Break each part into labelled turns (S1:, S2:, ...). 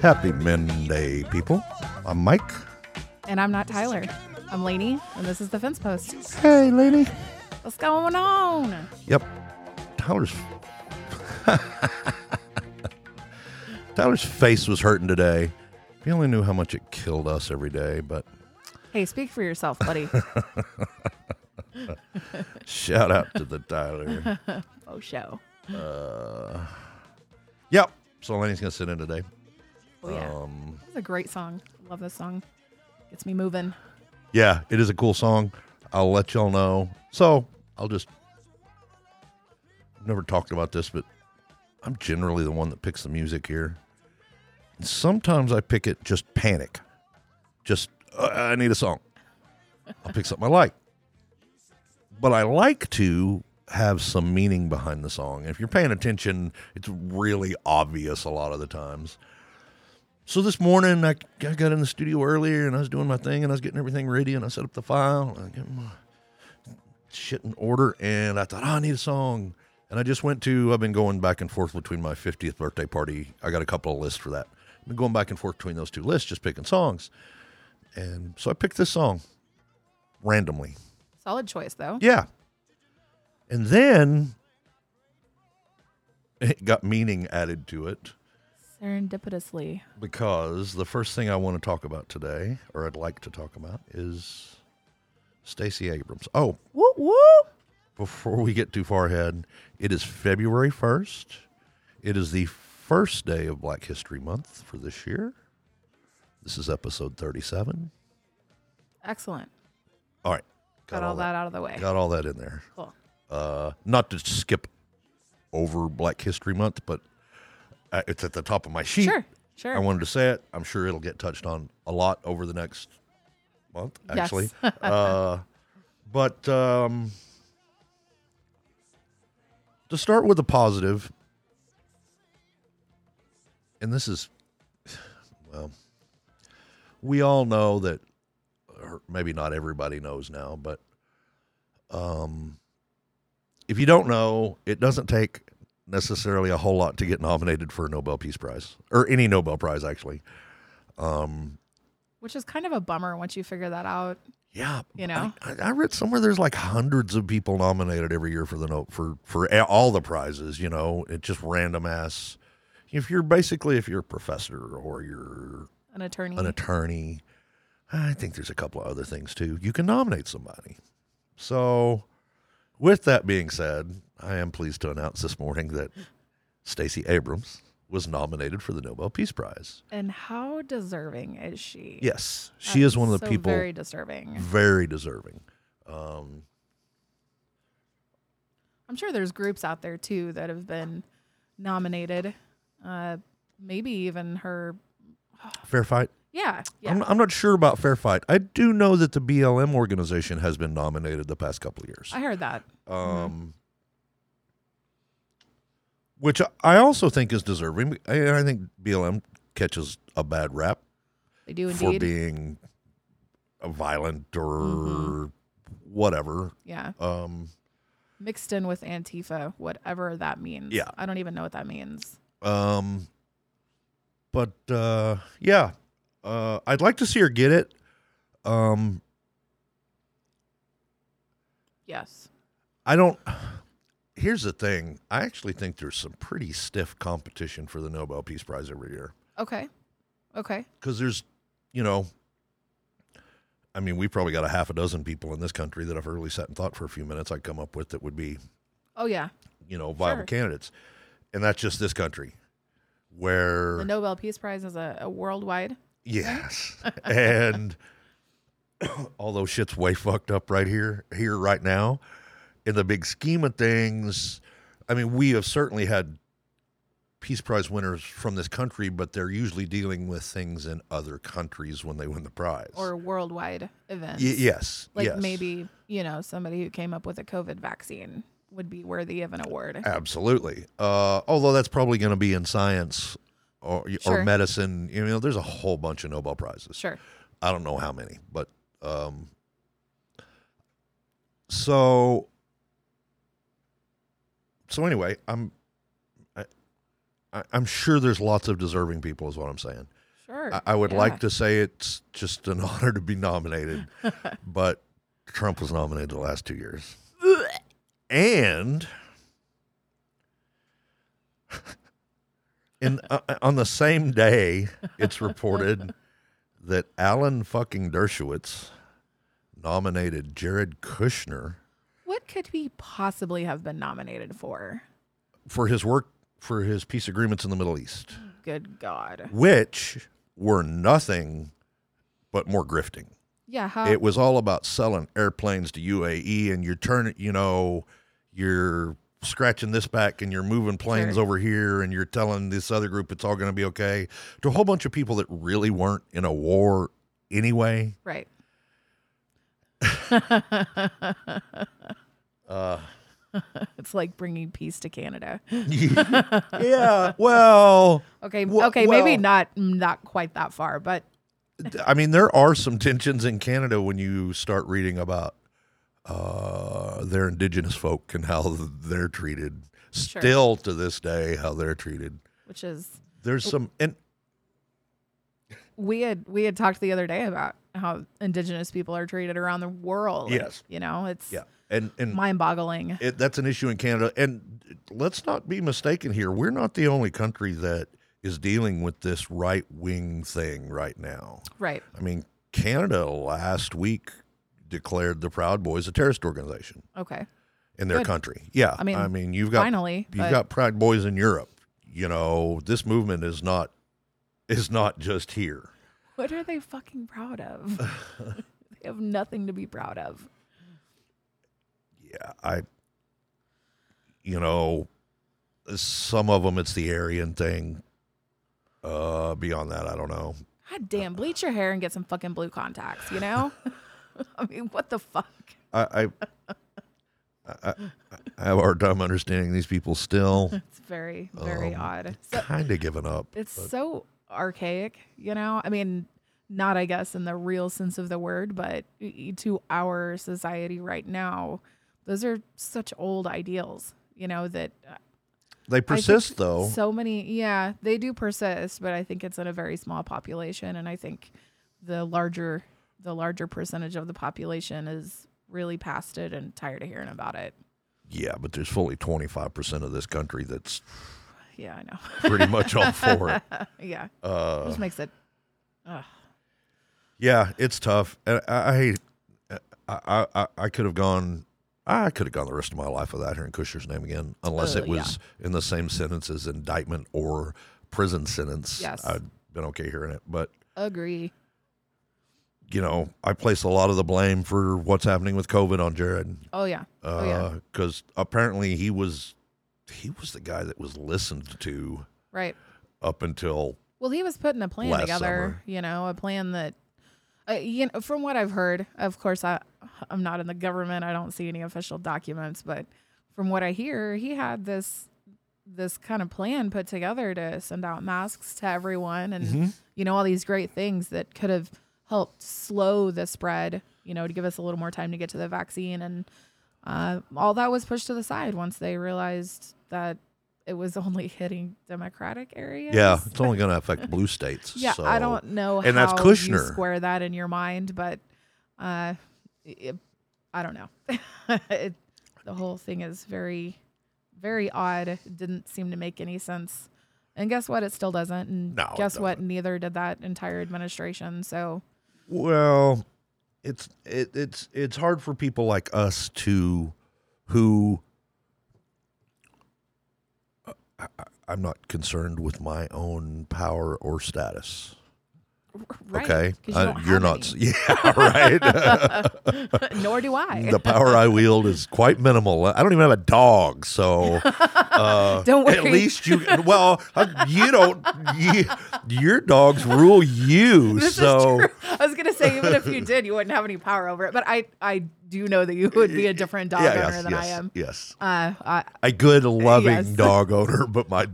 S1: Happy Monday, people. I'm Mike.
S2: And I'm not Tyler. I'm Lainey, and this is the fence post.
S1: Hey, lady.
S2: What's going on?
S1: Yep. Tyler's Tyler's face was hurting today. If He only knew how much it killed us every day, but
S2: Hey, speak for yourself, buddy.
S1: shout out to the Tyler.
S2: oh, show.
S1: Yep. So Laney's gonna sit in today.
S2: Oh yeah,
S1: Um
S2: this is a great song. Love this song. Gets me moving.
S1: yeah, it is a cool song. I'll let y'all know. So I'll just I've never talked about this, but I'm generally the one that picks the music here. And sometimes I pick it just panic, just uh, I need a song. I'll pick something I like, but I like to have some meaning behind the song. And if you're paying attention, it's really obvious a lot of the times. So this morning, I, I got in the studio earlier and I was doing my thing and I was getting everything ready and I set up the file and I get my shit in order and I thought, oh, I need a song. And I just went to, I've been going back and forth between my 50th birthday party. I got a couple of lists for that. I've been going back and forth between those two lists, just picking songs. And so I picked this song randomly.
S2: Solid choice though.
S1: Yeah. And then it got meaning added to it
S2: Serendipitously.
S1: because the first thing I want to talk about today, or I'd like to talk about, is Stacey Abrams. Oh,
S2: Whoop whoop.
S1: before we get too far ahead, it is February 1st. It is the first day of Black History Month for this year. This is episode 37.
S2: Excellent.
S1: All right.
S2: Got, all that, out of the way.
S1: Got all that in there.
S2: Cool.
S1: Uh, not to skip over Black History Month, but uh, it's at the top of my sheet.
S2: Sure. Sure.
S1: I wanted to say it. I'm sure it'll get touched on a lot over the next month,
S2: Yes.
S1: actually. uh, but um, to start with a positive, and this is, well, we all know that, or maybe not everybody knows now, but um, if you don't know, it doesn't take necessarily a whole lot to get nominated for a Nobel Peace Prize or any Nobel Prize, actually. Um,
S2: Which is kind of a bummer once you figure that out.
S1: yeah,
S2: You know?
S1: I, I read somewhere there's like hundreds of people nominated every year for the no for for a- all the prizes. You know, it's just random ass. If you're basically if you're a professor or you're
S2: An attorney.
S1: an attorney. I think there's a couple of other things too. You can nominate somebody. So, with that being said, I am pleased to announce this morning that Stacey Abrams was nominated for the Nobel Peace Prize.
S2: and how deserving is she?
S1: Yes, she is
S2: That's
S1: one of the
S2: so
S1: people
S2: Very disturbing.
S1: very deserving. Um,
S2: I'm sure there's groups out there too that have been nominated. Uh, maybe even her.
S1: fair fight.
S2: Yeah. Yeah.
S1: I'm, I'm not sure about fair fight. I do know that the BLM organization has been nominated the past couple of years.
S2: I Mm-hmm. heard that.
S1: um, which I also think is deserving. And I think BLM catches a bad rap
S2: They do
S1: for
S2: indeed.
S1: being violent or
S2: Mm-hmm.
S1: whatever.
S2: yeah.
S1: Um,
S2: Mixed in with Antifa, whatever that means.
S1: Yeah.
S2: I don't even know what that means.
S1: um, but uh, yeah, uh, I'd like to see her get it. Um,
S2: Yes.
S1: I don't. Here's the thing. I actually think there's some pretty stiff competition for the Nobel Peace Prize every year.
S2: Okay. Okay.
S1: because there's, you know, I mean, we probably got a half a dozen people in this country that I've really sat and thought for a few minutes. I'd come up with that would be,
S2: Oh yeah.
S1: you know, viable
S2: Sure.
S1: candidates, and that's just this country, where
S2: The Nobel Peace Prize is a, a worldwide.
S1: yes, and although shit's way fucked up right here, here right now, in the big scheme of things, I mean, we have certainly had. Peace Prize winners from this country, but they're usually dealing with things in other countries when they win the prize.
S2: or worldwide events.
S1: Y- yes.
S2: Like
S1: yes.
S2: maybe, you know, somebody who came up with a COVID vaccine would be worthy of an award.
S1: Absolutely. Uh, although that's probably going to be in science or, or
S2: Sure.
S1: medicine. You know, there's a whole bunch of Nobel Prizes.
S2: Sure.
S1: I don't know how many, but um, so so anyway, I'm I, I- I'm sure there's lots of deserving people, is what I'm saying.
S2: Sure.
S1: I, I would
S2: yeah.
S1: like to say it's just an honor to be nominated, but Trump was nominated the last two years. And in uh, on the same day, it's reported that Alan fucking Dershowitz nominated Jared Kushner
S2: What could he possibly have been nominated for?
S1: for his work for his peace agreements in the Middle East,
S2: Good God.
S1: which were nothing but more grifting.
S2: Yeah. How?
S1: it was all about selling airplanes to UAE and you're turning, you know, you're scratching this back and you're moving planes
S2: Sure.
S1: over here and you're telling this other group it's all going to be okay to a whole bunch of people that really weren't in a war anyway.
S2: right.
S1: Uh,
S2: It's like bringing peace to Canada.
S1: yeah. Well,
S2: Okay.
S1: Wha-
S2: okay. maybe
S1: well-
S2: not mm, not quite that far, but
S1: I mean, there are some tensions in Canada when you start reading about uh, their indigenous folk and how they're treated.
S2: Sure.
S1: Still to this day, how they're treated.
S2: which is
S1: There's some, and
S2: we had we had talked the other day about how indigenous people are treated around the world.
S1: Yes.
S2: You know, it's
S1: yeah, Mm. and and
S2: mind-boggling.
S1: it, that's an issue in Canada. And let's not be mistaken here. We're not the only country that is dealing with this right wing thing right now.
S2: Right.
S1: I mean, Canada last week declared the Proud Boys a terrorist organization
S2: Okay.
S1: in their
S2: Good.
S1: country. Yeah,
S2: I mean,
S1: I mean, you've got
S2: finally,
S1: you've
S2: but-
S1: got Proud Boys in Europe. You know, this movement is not is not just here.
S2: What are they fucking proud of? they have nothing to be proud of.
S1: yeah, I, you know, some of them it's the Aryan thing. Uh, beyond that, I don't know.
S2: God damn, bleach your hair and get some fucking blue contacts, you know? I mean, what the fuck?
S1: I, I, I, I have a hard time understanding these people still.
S2: It's very, very
S1: Um,
S2: odd. So,
S1: Kind of giving up.
S2: it's so archaic, you know? I mean, not, I guess, in the real sense of the word, but y- to our society right now, those are such old ideals, you know, that uh,
S1: They
S2: I think
S1: persist though.
S2: So many, yeah, they do persist, but I think it's in a very small population, and I think the larger the larger percentage of the population is really past it and tired of hearing about it.
S1: Yeah, but there's fully 25% of this country that's
S2: Yeah, I know.
S1: pretty much all for it.
S2: yeah,
S1: Uh,
S2: just makes it.
S1: Yeah, it's tough. And I, I, I, I, I could have gone. I could have gone the rest of my life without hearing Kushner's name again, unless
S2: Oh,
S1: it was in the same sentence as indictment or prison sentence.
S2: Yes.
S1: I'd been okay hearing it, but
S2: Agree.
S1: you know, I place a lot of the blame for what's happening with COVID on Jared
S2: Oh yeah.
S1: because
S2: oh yeah.
S1: apparently he was he was the guy that was listened to
S2: Right.
S1: up until
S2: Well, he was putting a plan
S1: Last
S2: together,
S1: summer.
S2: you know, a plan that, uh, you know, from what I've heard, of course, I, I'm not in the government. I don't see any official documents, but from what I hear, he had this, this kind of plan put together to send out masks to everyone and,
S1: Mm-hmm.
S2: you know, all these great things that could have helped slow the spread, you know, to give us a little more time to get to the vaccine. And uh, all that was pushed to the side once they realized that it was only hitting Democratic areas.
S1: yeah, it's only going to affect blue states.
S2: Yeah,
S1: so.
S2: I don't know
S1: and
S2: how
S1: that's
S2: you
S1: Kushner.
S2: square that in your mind, but uh, it, I don't know. it, the whole thing is very, very odd. It didn't seem to make any sense. And guess what? It still doesn't. And
S1: No, it
S2: guess what? Neither did that entire administration. So
S1: Well, it's it, it's it's hard for people like us to, who. I- I- I'm not concerned with my own power or status.
S2: right,
S1: Okay,
S2: 'cause you
S1: I-
S2: don't have
S1: you're not.
S2: any.
S1: Yeah, right.
S2: Nor do I.
S1: the power I wield is quite minimal. I don't even have a dog, so uh,
S2: Don't
S1: At
S2: worry.
S1: least you. Well, uh, you don't. You, your dogs rule you.
S2: This
S1: so
S2: is true. I was gonna say, even if you did, you wouldn't have any power over it. But I, I do know that you would be a different dog
S1: yeah,
S2: owner
S1: yes,
S2: than
S1: yes,
S2: I am.
S1: Yes.
S2: Uh, I,
S1: a good loving
S2: Yes.
S1: dog owner, but my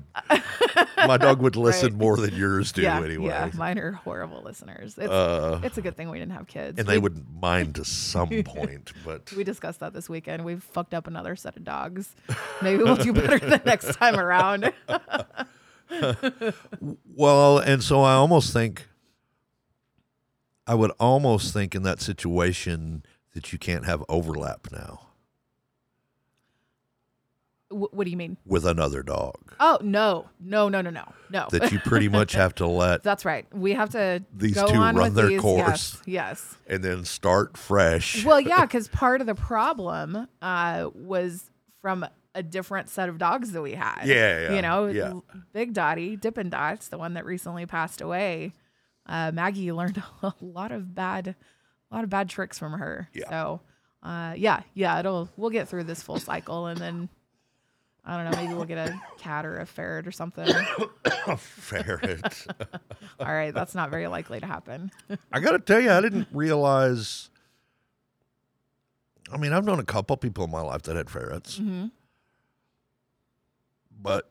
S1: my dog would listen
S2: Right.
S1: more than yours do anyway. Uh,
S2: Yeah, mine are horrible listeners. It's, it's a good thing we didn't have kids.
S1: And
S2: we,
S1: they would mind to some point, but
S2: We discussed that this weekend. We've fucked up another set of dogs. Maybe we'll do better the next time around.
S1: Well, and so I almost think, I would almost think in that situation that you can't have overlap now
S2: W- what do you mean?
S1: with another dog.
S2: Oh no, no, no, no, no, no.
S1: That you pretty much have to let
S2: That's right. We have to
S1: These
S2: go
S1: two
S2: on
S1: run
S2: with
S1: their
S2: these.
S1: course.
S2: Yes.
S1: and then start fresh.
S2: yes. Well, yeah, because part of the problem uh, was from a different set of dogs that we had.
S1: Yeah, yeah,
S2: You know,
S1: yeah.
S2: Big Dottie, Dippin' Dots, the one that recently passed away. Uh, Maggie learned a lot of bad, a lot of bad tricks from her.
S1: Yeah.
S2: So, uh, yeah, yeah, it'll we'll get through this full cycle, and then I don't know, maybe we'll get a cat or a ferret or something.
S1: Ferret.
S2: All right, that's not very likely to happen.
S1: I got to tell you, I didn't realize. I mean, I've known a couple people in my life that had ferrets,
S2: hmm
S1: but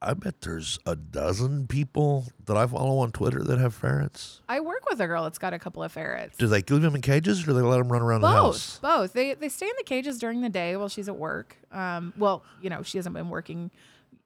S1: I bet there's a dozen people that I follow on Twitter that have ferrets.
S2: I work with a girl that's got a couple of ferrets.
S1: Do they keep them in cages or do they let them run around the
S2: both,
S1: house?
S2: both. They they stay in the cages during the day while she's at work. Um, well, you know, she hasn't been working,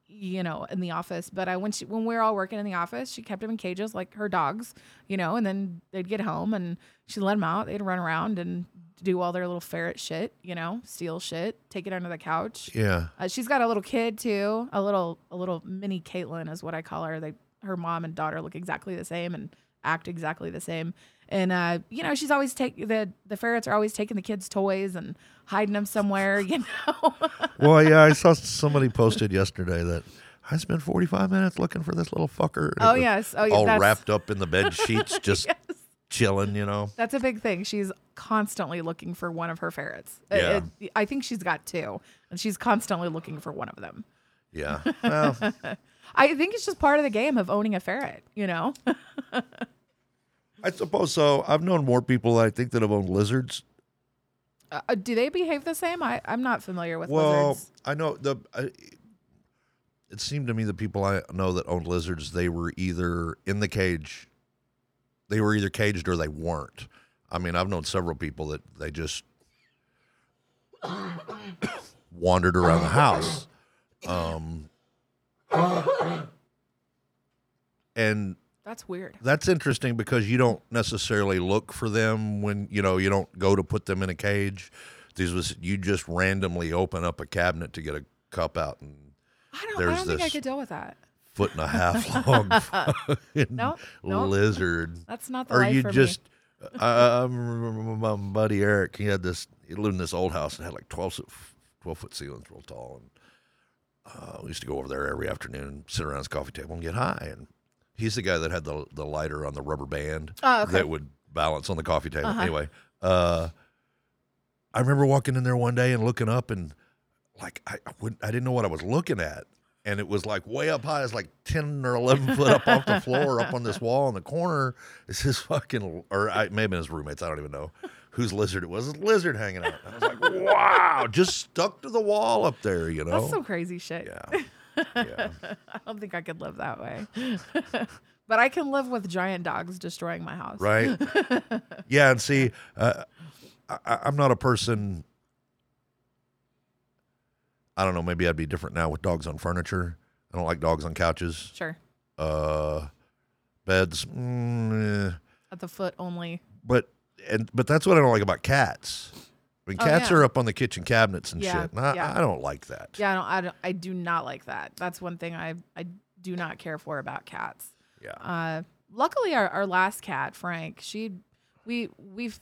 S2: you know, in the office. But I when she when we were all working in the office, she kept them in cages like her dogs, you know. And then they'd get home and she'd let them out. They'd run around and do all their little ferret shit, you know, steal shit, take it under the couch.
S1: Yeah.
S2: Uh, she's got a little kid too, a little a little mini Caitlin is what I call her. They her mom and daughter look exactly the same and act exactly the same. And uh, you know, she's always take the the ferrets are always taking the kids' toys and hiding them somewhere. You know,
S1: Well, yeah, I saw somebody posted yesterday that I spent 45 minutes looking for this little fucker. and it
S2: Oh,
S1: was
S2: yes. Oh, yeah,
S1: All
S2: that's-
S1: wrapped up in the bed sheets, just chilling, you know?
S2: that's a big thing. She's constantly looking for one of her ferrets. Uh, It-
S1: Yeah.
S2: it- I think she's got two, and she's constantly looking for one of them.
S1: Yeah. Well,
S2: I think it's just part of the game of owning a ferret. You know,
S1: I suppose so. I've known more people, I think, that have owned lizards
S2: uh, do they behave the same? I I'm not familiar with
S1: Well,
S2: lizards.
S1: I know the. I, it seemed to me the people I know that owned lizards, they were either in the cage, they were either caged or they weren't. I mean, I've known several people that they just wandered around the house, um, and
S2: That's weird.
S1: that's interesting because you don't necessarily look for them when you know you don't go to put them in a cage. These was you just randomly open up a cabinet to get a cup out and
S2: I don't. I
S1: There's
S2: don't think I
S1: this-
S2: could deal with that.
S1: foot and a half long fucking
S2: Nope, nope.
S1: lizard.
S2: That's not the
S1: Or
S2: life
S1: you
S2: for
S1: just I, I remember my buddy Eric, he had this he lived in this old house and had like 12 foot, 12 foot ceilings real tall and uh, we used to go over there every afternoon and sit around his coffee table and get high and he's the guy that had the the lighter on the rubber band
S2: Oh, okay. Uh-huh.
S1: that would balance on the coffee table. Anyway, uh, I remember walking in there one day and looking up and like I, I wouldn't I didn't know what I was looking at. And it was like way up high. It's like ten or eleven foot up off the floor, up on this wall in the corner. It's his fucking, or I, maybe his roommates. I don't even know whose lizard it was. This lizard hanging out. And I was like, wow, just stuck to the wall up there, you know?
S2: That's some crazy shit.
S1: yeah, yeah.
S2: I don't think I could live that way. but I can live with giant dogs destroying my house.
S1: right? yeah, and see, uh, I- I, I'm not a person. I don't know. Maybe I'd be different now with dogs on furniture. I don't like dogs on couches,
S2: Sure.
S1: uh, beds, mm, eh.
S2: At the foot only.
S1: but and but that's what I don't like about cats. I mean,
S2: Oh,
S1: cats
S2: yeah.
S1: are up on the kitchen cabinets and
S2: Yeah,
S1: shit. And I,
S2: yeah.
S1: I don't like that.
S2: Yeah, I don't, I don't. I do not like that. That's one thing I I do not care for about cats.
S1: Yeah.
S2: Uh, luckily, our, our last cat, Frank, she, we we've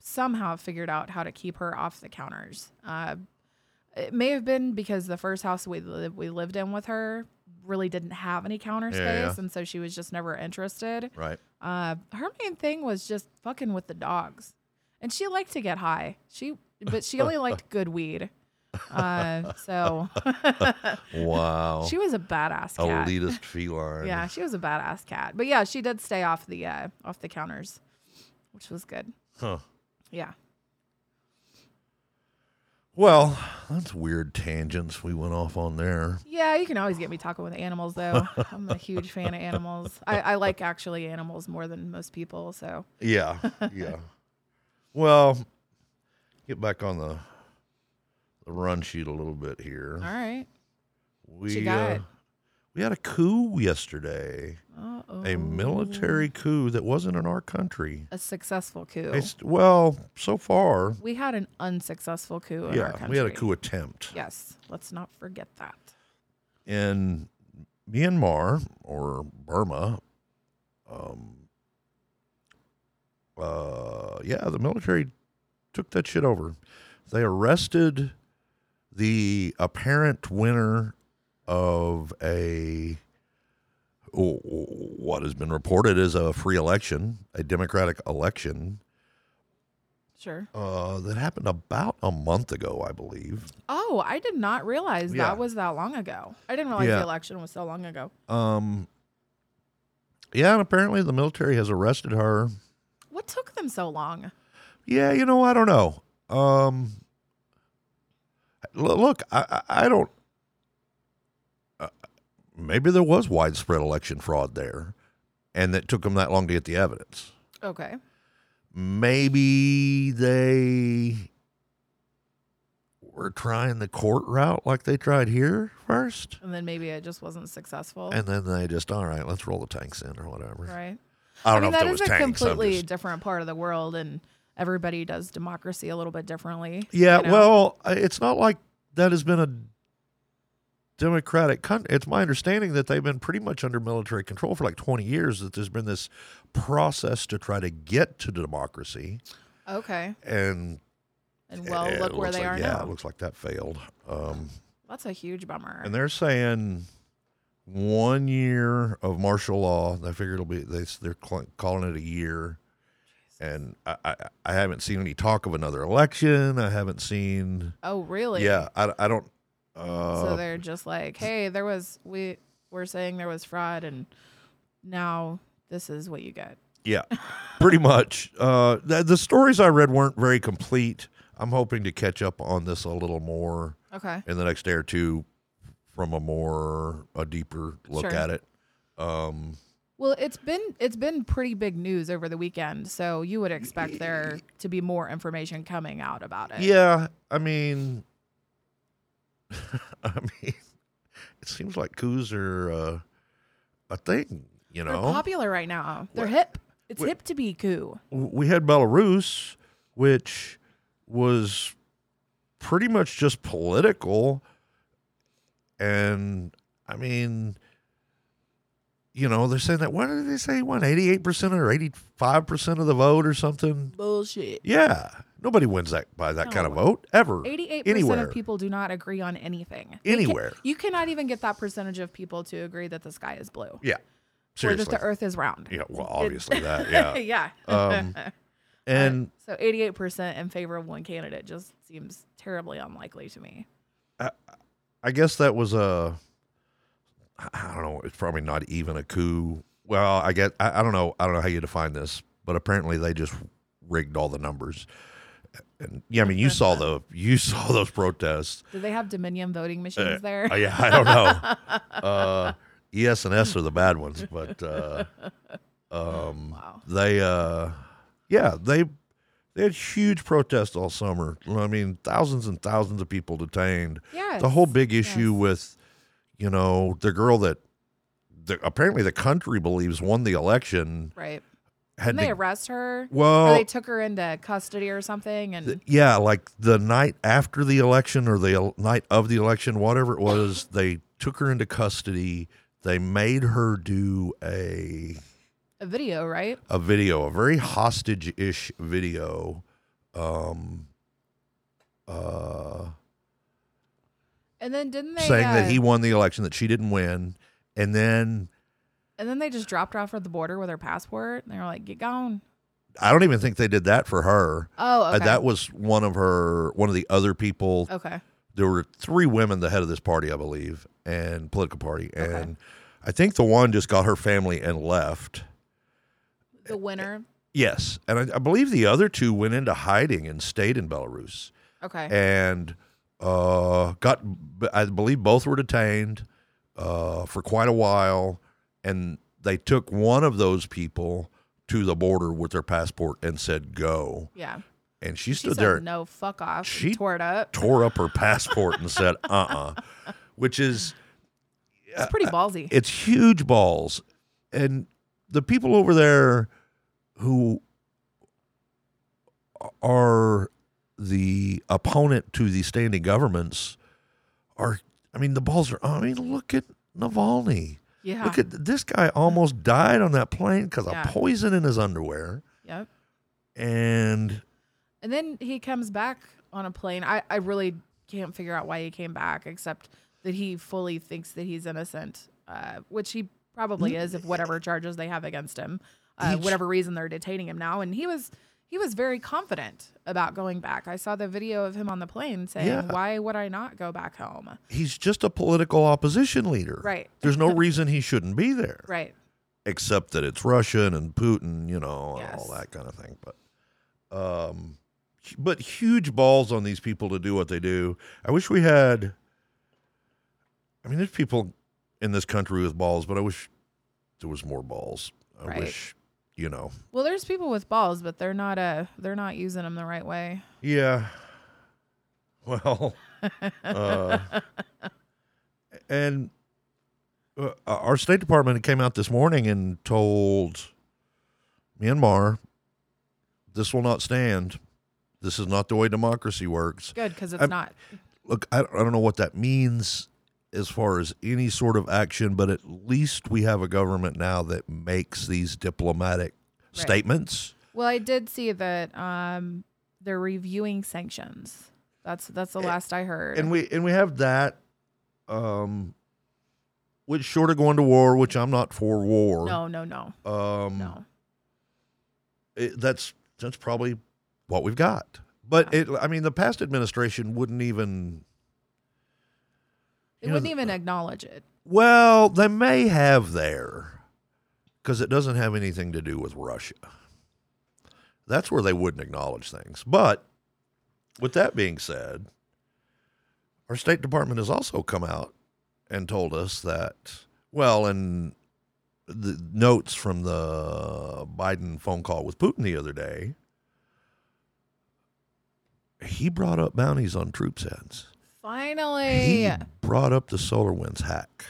S2: somehow figured out how to keep her off the counters. Uh, it may have been because the first house we lived we lived in with her really didn't have any counter space,
S1: Yeah, yeah.
S2: and so she was just never interested.
S1: Right.
S2: Uh, her main thing was just fucking with the dogs, and she liked to get high. She, but she only liked good weed. Uh, so
S1: Wow.
S2: she was a badass cat.
S1: Elitist feline.
S2: Yeah, she was a badass cat. But yeah, she did stay off the uh, off the counters, which was good.
S1: Huh.
S2: Yeah.
S1: Well, that's weird tangents we went off on there.
S2: Yeah, you can always get me talking with animals though. I'm a huge fan of animals. I, I like actually animals more than most people, so
S1: Yeah, yeah. well, get back on the the run sheet a little bit here.
S2: all right.
S1: We
S2: you got?
S1: Uh, We had a coup yesterday,
S2: Uh-oh.
S1: a military coup that wasn't in our country.
S2: a successful coup.
S1: It's, well, so far,
S2: we had an unsuccessful coup in our
S1: yeah,
S2: country.
S1: we had a coup attempt
S2: Yes, let's not forget that.
S1: in Myanmar or Burma. Um, uh, yeah, the military took that shit over. They arrested the apparent winner of a wh- wh- what has been reported as a free election, a democratic election
S2: Sure.
S1: uh, that happened about a month ago, I believe.
S2: Oh, I did not realize
S1: Yeah.
S2: that was that long ago. I didn't realize
S1: Yeah.
S2: the election was so long ago.
S1: Um, yeah, and apparently the military has arrested her.
S2: What took them so long?
S1: Yeah, you know, I don't know. Um, l- look, I, I I don't. uh, Maybe there was widespread election fraud there, and it took them that long to get the evidence.
S2: Okay.
S1: Maybe they were trying the court route like they tried here first,
S2: And then maybe it just wasn't successful.
S1: and then they just all right, let's roll the tanks in or whatever.
S2: Oh. right.
S1: I don't
S2: mean,
S1: know if
S2: that
S1: there
S2: is
S1: was
S2: a
S1: tanks. I'm
S2: completely
S1: just-
S2: different part of the world, and everybody does democracy a little bit differently.
S1: Yeah,
S2: you know?
S1: well, I- it's not like that has been a democratic country. It's my understanding that they've been pretty much under military control for like 20 years, that there's been this process to try to get to democracy.
S2: Okay.
S1: And
S2: And well,
S1: it
S2: look where
S1: looks
S2: they
S1: like-
S2: are
S1: yeah,
S2: now.
S1: it looks like that failed. Um,
S2: That's a huge bummer.
S1: and they're saying one year of martial law. They figure it'll be, they, they're cl- calling it a year. And I, I, I haven't seen any talk of another election. I haven't seen.
S2: oh, really?
S1: Yeah, I, I don't.
S2: So
S1: Uh,
S2: they're just like, hey, there was we we're saying there was fraud, and now this is what you get.
S1: yeah, pretty much. Uh, the, the stories I read weren't very complete. I'm hoping to catch up on this a little more
S2: Okay.
S1: in the next day or two from a more a deeper look
S2: Sure.
S1: at it. Um,
S2: Well, it's been it's been pretty big news over the weekend, so you would expect there to be more information coming out about it.
S1: yeah, I mean, I mean, it seems like coups are uh, a thing. You
S2: They're
S1: know,
S2: popular right now. They're
S1: Wh-
S2: hip. It's
S1: wh-
S2: hip to be coup.
S1: we had Belarus, which was pretty much just political. And I mean, you know, they're saying that what did they say? What, 88% or 85% of the vote or something?
S2: Bullshit.
S1: Yeah. Nobody wins that by that kind of vote ever.
S2: Eighty-eight percent
S1: Anywhere.
S2: of people do not agree on anything. They can't-
S1: Anywhere.
S2: you cannot even get that percentage of people to agree that the sky is blue
S1: Yeah.
S2: or that
S1: Seriously.
S2: the Earth is round.
S1: Yeah. Well, obviously that. Yeah.
S2: yeah.
S1: Um, and
S2: so 88% in favor of one candidate just seems terribly unlikely to me.
S1: I guess that was a. I I don't know. It's probably not even a coup. Well, I guess I, I don't know. I don't know how you define this, but apparently they just rigged all the numbers. And yeah, I mean, you saw the you saw those protests.
S2: Do they have Dominion voting machines there?
S1: Uh, yeah, I don't know. Uh, ES and S are the bad ones, but uh, um,
S2: Wow.
S1: they uh, yeah they they had huge protests all summer. I mean, thousands and thousands of people detained
S2: Yes.
S1: the whole big issue with you know the girl that the, apparently the country believes won the election
S2: Right.
S1: had
S2: Didn't they
S1: to-
S2: arrest her? or
S1: well
S2: they took her into custody or something? And
S1: th- yeah like the night after the election or the el- night of the election whatever it was they took her into custody they made her do a
S2: a video, right?
S1: a video a very hostage-ish video um uh
S2: And then didn't they?
S1: saying
S2: uh,
S1: that he won the election that she didn't win and then
S2: And then they just dropped her off at the border with her passport. And they were like, get gone.
S1: I don't even think they did that for her.
S2: Oh,
S1: Uh,
S2: okay. Oh.
S1: that was one of her, one of the other people.
S2: okay.
S1: There were three women, the head of this party, I believe, and political party, and
S2: Okay.
S1: I think the one just got her family and left.
S2: The winner.
S1: Yes, and I, I believe the other two went into hiding and stayed in Belarus,
S2: Okay.
S1: Eh, and uh, got. I believe both were detained uh, for quite a while, and they took one of those people to the border with their passport and said go,
S2: yeah.
S1: and she
S2: She
S1: stood
S2: said,
S1: there.
S2: no, fuck off. She
S1: She-
S2: tore it up.
S1: tore up her passport and said, uh uh which "Uh-uh," is,
S2: It's pretty ballsy.
S1: It's huge balls. And the people over there who are the opponent to the standing governments are, I mean, the balls are, I mean, look at Navalny.
S2: yeah.
S1: Look at this guy almost died on that plane because
S2: Yeah.
S1: of poison in his underwear.
S2: yep.
S1: And
S2: And then he comes back on a plane. I, I really can't figure out why he came back, except that he fully thinks that he's innocent, uh, which he probably is if whatever charges they have against him, uh,
S1: He's-
S2: whatever reason they're detaining him now. And he was he was very confident about going back. I saw the video of him on the plane saying,
S1: Yeah.
S2: "Why would I not go back home?"
S1: he's just a political opposition leader.
S2: Right.
S1: There's no reason he shouldn't be there.
S2: Right.
S1: except that it's Russian and Putin, you know, and all
S2: Yes.
S1: that kind of thing. But, um, hu- but huge balls on these people to do what they do. I wish we had. I mean, there's people in this country with balls, but I wish there was more balls. I
S2: Right.
S1: wish, you know,
S2: Well, there's people with balls, but they're not uh they're not using them the right way.
S1: yeah. Well, uh, and uh, our State Department came out this morning and told Myanmar, "This will not stand. This is not the way democracy works."
S2: Good because it's
S1: I'm-
S2: not.
S1: Look, I, I don't know what that means as far as any sort of action, but at least we have a government now that makes these diplomatic
S2: Right.
S1: statements.
S2: Well, I did see that um, they're reviewing sanctions. That's that's the last I heard.
S1: Eh, and we and we have that um which short of going to war which i'm not for war
S2: no, no, no,
S1: um
S2: no.
S1: it- that's that's probably what we've got but it i mean the past administration wouldn't even you
S2: They
S1: know,
S2: wouldn't
S1: the-
S2: even acknowledge it.
S1: well they may have there because it doesn't have anything to do with russia that's where they wouldn't acknowledge things but with that being said our State Department has also come out and told us that, well, and the notes from the Biden phone call with Putin the other day, he brought up bounties on troops' heads.
S2: Finally,
S1: He brought up the solar winds hack.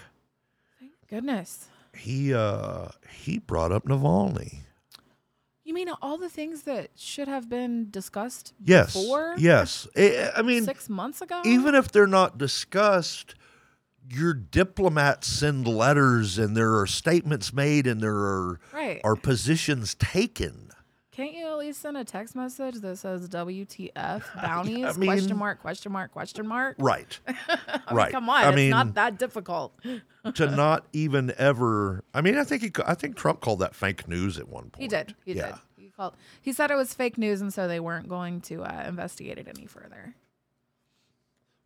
S2: goodness.
S1: He uh he brought up Navalny.
S2: You mean all the things that should have been discussed
S1: Yes.
S2: before?
S1: Yes. I I mean,
S2: six months ago.
S1: even if they're not discussed, your diplomats send letters and there are statements made and there are,
S2: right?
S1: are positions taken.
S2: Can't you at least send a text message that says "WTF bounties?"
S1: I mean-
S2: question mark? Question mark? Question mark?
S1: Right.
S2: I mean,
S1: right.
S2: Come on,
S1: I
S2: it's
S1: mean,
S2: not that difficult.
S1: to not even ever. I mean, I think he, ca- I think Trump called that fake news at one point.
S2: He did. He
S1: yeah.
S2: did. He called. He said it was fake news, and so they weren't going to uh, investigate it any further.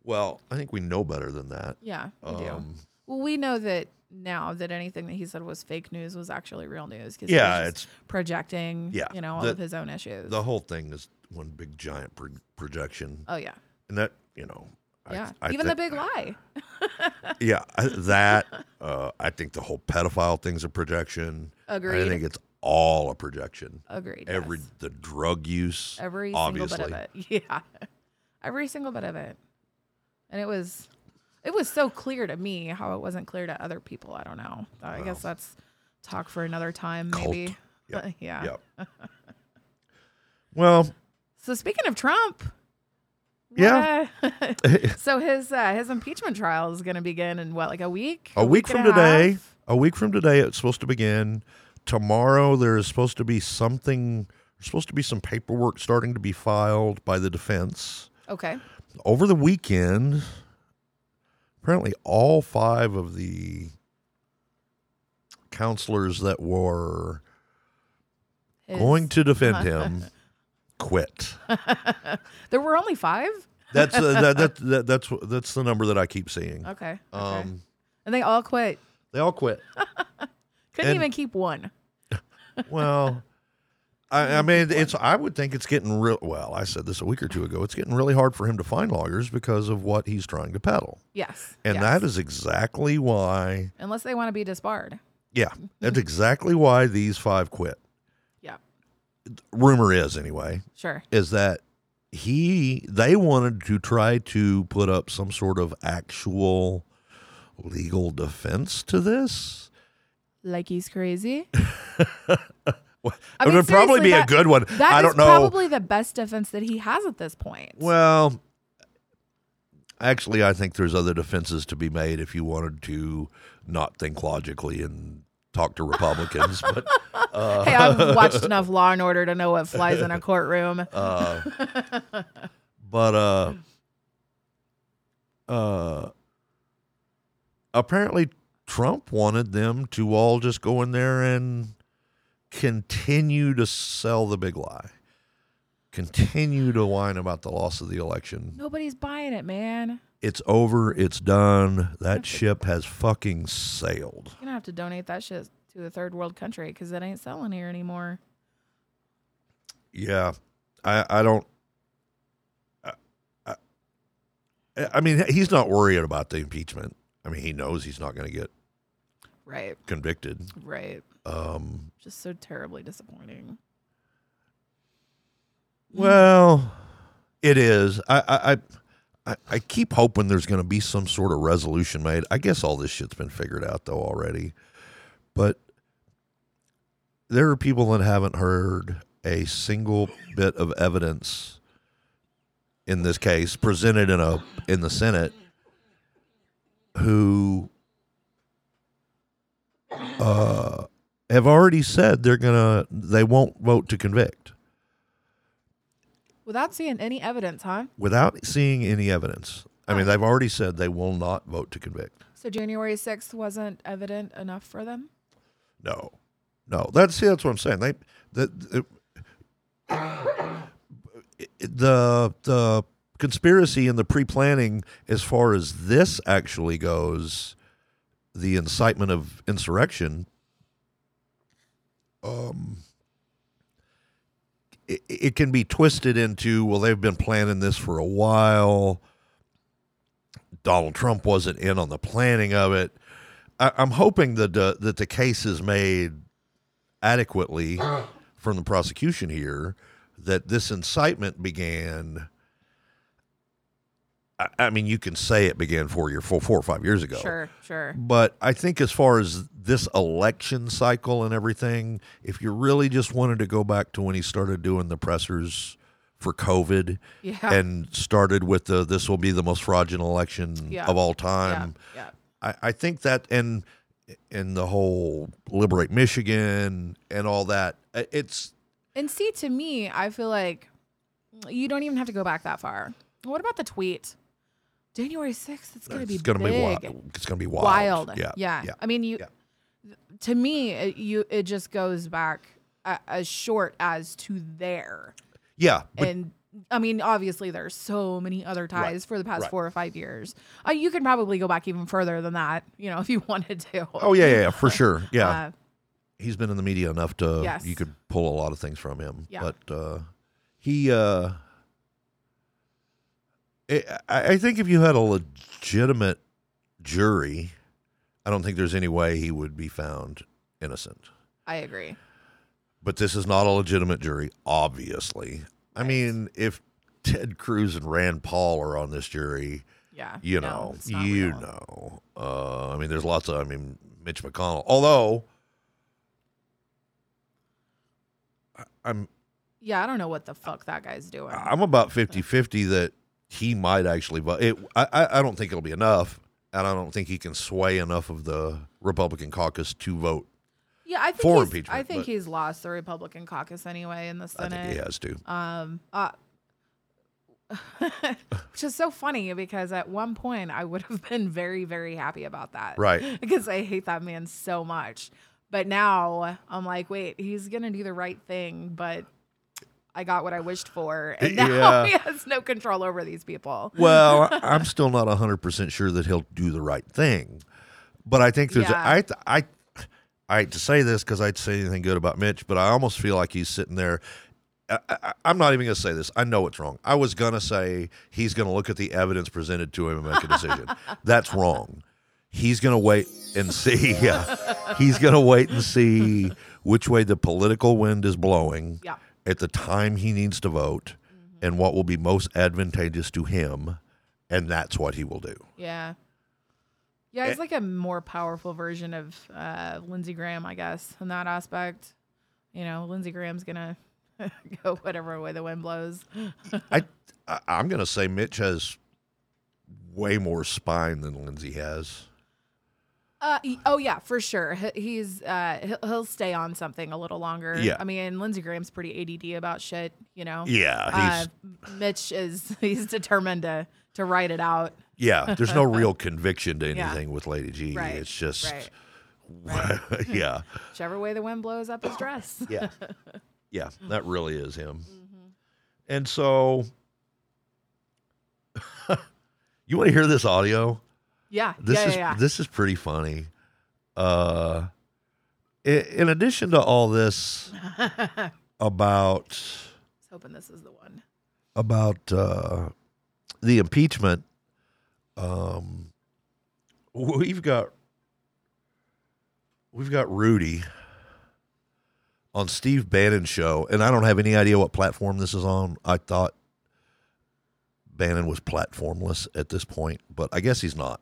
S1: Well, I think we know better than that.
S2: Yeah, we do.
S1: Um,
S2: Well, we know that now that anything that he said was fake news was actually real news because
S1: Yeah,
S2: he was just projecting.
S1: yeah,
S2: you know all
S1: the-
S2: of his own issues.
S1: The whole thing is one big giant pro- projection,
S2: oh yeah,
S1: and that you know. I-
S2: yeah.
S1: I
S2: Even
S1: thi-
S2: the big lie.
S1: yeah, I- that uh, I think the whole pedophile thing's a projection. I
S2: Agreed.
S1: think it's all a projection.
S2: Agreed.
S1: Every
S2: yes.
S1: the drug use,
S2: every
S1: obviously.
S2: single bit of it. Yeah, every single bit of it. And it was, it was so clear to me how it wasn't clear to other people. I don't know. I guess that's talk for another time,
S1: Cult.
S2: maybe.
S1: Yep.
S2: yeah.
S1: Yep. well,
S2: So speaking of Trump,
S1: Yeah.
S2: what, uh, so his uh, his impeachment trial is going to begin in what, like a week?
S1: a week from
S2: and a half?
S1: today a week from today it's supposed to begin tomorrow there is supposed to be something there's supposed to be some paperwork starting to be filed by the defense
S2: Okay.
S1: over the weekend apparently all five of the counselors that were
S2: His-
S1: going to defend him quit
S2: There were only five.
S1: that's uh, that, that, that that's wh- that's the number that i keep seeing
S2: Okay. okay.
S1: um
S2: and they all quit.
S1: they all quit
S2: Couldn't
S1: and-
S2: even keep one.
S1: Well, I, I mean, it's. I would think it's getting real. Well, I said this a week or two ago. It's getting really hard for him to find lawyers because of what he's trying to peddle,
S2: Yes.
S1: and
S2: yes.
S1: that is exactly why.
S2: unless they want to be disbarred.
S1: Yeah,
S2: Mm-hmm.
S1: that's exactly why these five quit.
S2: Yeah.
S1: Rumor is anyway
S2: Sure.
S1: is that he they wanted to try to put up some sort of actual legal defense to this?
S2: Like he's crazy.
S1: it would probably
S2: seriously,
S1: be a
S2: that-
S1: good one.
S2: That
S1: I
S2: is
S1: don't know.
S2: probably the best defense that he has at this point.
S1: Well, actually, I think there's other defenses to be made if you wanted to not think logically and talk to Republicans. but uh,
S2: hey, I've watched enough Law and Order to know what flies in a courtroom.
S1: uh, but uh, uh, apparently, Trump wanted them to all just go in there and continue to sell the big lie, continue to whine about the loss of the election.
S2: Nobody's buying it, man.
S1: It's over. It's done. That ship has fucking sailed.
S2: You're gonna have to donate that shit to a third world country because it ain't selling here anymore.
S1: Yeah, I I don't. I- I- I mean, he's not worried about the impeachment. I mean, he knows he's not going to get
S2: Right,
S1: convicted.
S2: right.
S1: Um,
S2: Just so terribly disappointing.
S1: well, it is. I- I I I, I keep hoping there's going to be some sort of resolution made. I guess all this shit's been figured out though already, but there are people that haven't heard a single bit of evidence in this case presented in a in the Senate who uh, have already said they're gonna they won't vote to convict
S2: Without seeing any evidence, huh?
S1: without seeing any evidence. I mean, they've already said they will not vote to convict.
S2: So January 6th wasn't evident enough for them?
S1: No, no. That's see, that's what I'm saying. They the it- the the conspiracy and the pre planning as far as this actually goes, the incitement of insurrection. Um. It, it can be twisted into well they've been planning this for a while donald trump wasn't in on the planning of it I, I'm hoping that uh, that the case is made adequately from the prosecution here that this incitement began. I, I mean, you can say it began four year, four, four or five years ago.
S2: Sure, sure.
S1: But I think as far as this election cycle and everything, if you really just wanted to go back to when he started doing the pressers for COVID
S2: Yeah.
S1: and started with the this will be the most fraudulent election
S2: Yeah.
S1: of all
S2: yeah,
S1: time.
S2: yeah.
S1: I, I think that and and the whole liberate Michigan and all that. uh, It's
S2: And see, to me, I feel like you don't even have to go back that far. What about the tweet? January 6th, it's going to be
S1: it's going to be
S2: big.
S1: wild. It's going to be wild.
S2: wild.
S1: Yeah.
S2: yeah. I mean, you.
S1: yeah.
S2: To me, it, you it just goes back a, as short as to there,
S1: Yeah. But
S2: and I mean, obviously, there's so many other ties for the past
S1: right.
S2: four or five years. Uh, you could probably go back even further than that, you know, if you wanted to.
S1: oh yeah, yeah, yeah, for sure. Yeah.
S2: Uh,
S1: He's been in the media enough to
S2: Yes.
S1: you could pull a lot of things from him.
S2: Yeah.
S1: But uh he uh I I I think if you had a legitimate jury, I don't think there's any way he would be found innocent.
S2: I agree.
S1: but this is not a legitimate jury, obviously. I mean, if Ted Cruz and Rand Paul are on this jury,
S2: Yeah.
S1: you
S2: No,
S1: know,
S2: it's not
S1: you
S2: real.
S1: know. Uh, I mean, there's lots of. I mean, Mitch McConnell. Although, I- I'm
S2: Yeah, I don't know what the fuck that guy's doing.
S1: I'm about 50-50 that he might actually vote. It, I I- I don't think it'll be enough, and I don't think he can sway enough of the Republican caucus to vote.
S2: yeah, I think
S1: for
S2: he's,
S1: impeachment,
S2: I think
S1: but-
S2: he's lost the Republican caucus anyway in the
S1: I
S2: Senate.
S1: think he has to.
S2: Um, uh, which is so funny because at one point I would have been very, very happy about that.
S1: Right.
S2: Because I hate that man so much. But now I'm like, wait, he's going to do the right thing, but I got what I wished for. And now
S1: Yeah.
S2: he has no control over these people.
S1: Well, I'm still not 100% sure that he'll do the right thing. But I think there's,
S2: Yeah.
S1: I, th- I, I hate to say this because I'd say anything good about Mitch, but I almost feel like he's sitting there. I, I, I'm not even going to say this. I know it's wrong. I was going to say he's going to look at the evidence presented to him and make a decision. That's wrong. He's going to wait and see. Yeah. He's going to wait and see which way the political wind is blowing
S2: Yeah.
S1: at the time he needs to vote
S2: Mm-hmm.
S1: and what will be most advantageous to him and that's what he will do
S2: Yeah. Yeah, it's
S1: Eh.
S2: like a more powerful version of uh, Lindsey Graham, I guess, in that aspect. You know, Lindsey Graham's gonna go whatever way the wind blows.
S1: I, I I'm gonna say Mitch has way more spine than Lindsay has.
S2: Uh, y- oh yeah, for sure. He- He's uh, he'll- he'll stay on something a little longer.
S1: Yeah.
S2: I mean, Lindsey Graham's pretty ADD about shit. You know.
S1: Yeah,
S2: Uh,
S1: he's
S2: Mitch is he's determined to to write it out.
S1: yeah. There's no real conviction to
S2: Yeah.
S1: anything with Lady G.
S2: Right,
S1: It's just
S2: right.
S1: yeah,
S2: Whichever way the wind blows up his dress.
S1: yeah, yeah. That really is him.
S2: Mm-hmm.
S1: And so, you want to hear this audio?
S2: Yeah.
S1: This
S2: yeah,
S1: is
S2: yeah, yeah.
S1: this is pretty funny. Uh, i- in addition to all this about
S2: I was hoping this is the one.
S1: about uh, the impeachment, um, we've got we've got Rudy on Steve Bannon's show, and I don't have any idea what platform this is on. I thought Bannon was platformless at this point, but I guess he's not.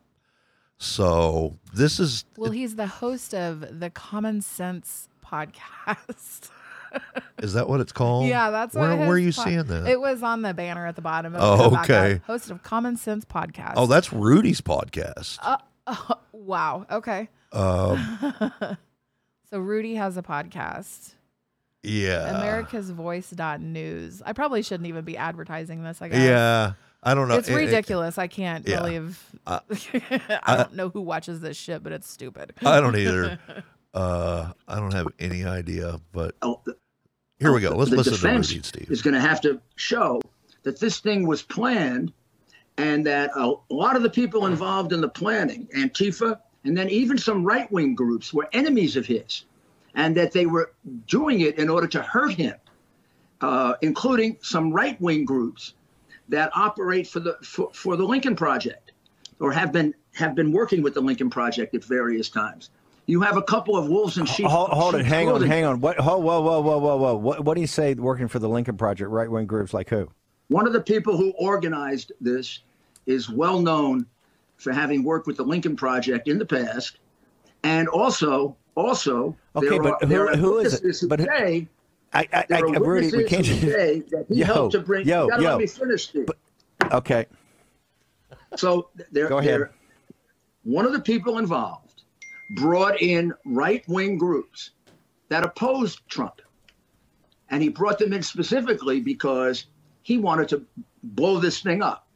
S1: So this is
S2: Well, he's the host of the Common Sense podcast.
S1: is that what it's called?
S2: yeah, that's
S1: Oh, where,
S2: what his
S1: where are you
S2: pod-
S1: seeing that?
S2: It was on the banner at the bottom. Of
S1: Oh,
S2: the
S1: okay.
S2: podcast. Host of Common Sense podcast.
S1: oh, that's Rudy's podcast.
S2: Uh, oh, wow. Okay.
S1: Um,
S2: So Rudy has a podcast.
S1: yeah,
S2: America's Voice dot news. I probably shouldn't even be advertising this. I guess.
S1: Yeah, I don't know.
S2: It's
S1: It- it-
S2: ridiculous. I can't
S1: yeah.
S2: believe.
S1: Uh,
S2: I don't know who watches this shit, but it's stupid.
S1: I don't either. Uh, I don't have any idea, but here we go. Let's
S3: the
S1: listen to
S3: defense
S1: Rudy and Steve.
S3: is going to have to show that this thing was planned and that a lot of the people involved in the planning, Antifa, and then even some right wing groups, were enemies of his, and that they were doing it in order to hurt him, uh, including some right wing groups that operate for the for, for the Lincoln Project or have been have been working with the Lincoln Project at various times. You have a couple of wolves and sheep.
S4: Hold, hold it,
S3: sheep's
S4: hang on,
S3: clothing.
S4: hang on. What? Whoa, whoa, whoa, whoa, whoa, whoa. What, what do you say? Working for the Lincoln Project, right wing groups like who?
S3: One of the people who organized this is well known for having worked with the Lincoln Project in the past, and also, also,
S4: Okay,
S3: there
S4: but
S3: are,
S4: who-
S3: there are
S4: who is it?
S3: witnesses who
S4: But who-
S3: say
S4: I, I, I
S3: there are
S4: Rudy, we
S3: witnesses
S4: can't.
S3: who say that he
S4: Yo,
S3: helped to bring.
S4: yo,
S3: you gotta
S4: yo.
S3: let me finish, Steve.
S4: okay,
S3: So th- there,
S4: Go ahead.
S3: there- one of the people involved brought in right wing groups that opposed Trump. And he brought them in specifically because he wanted to blow this thing up.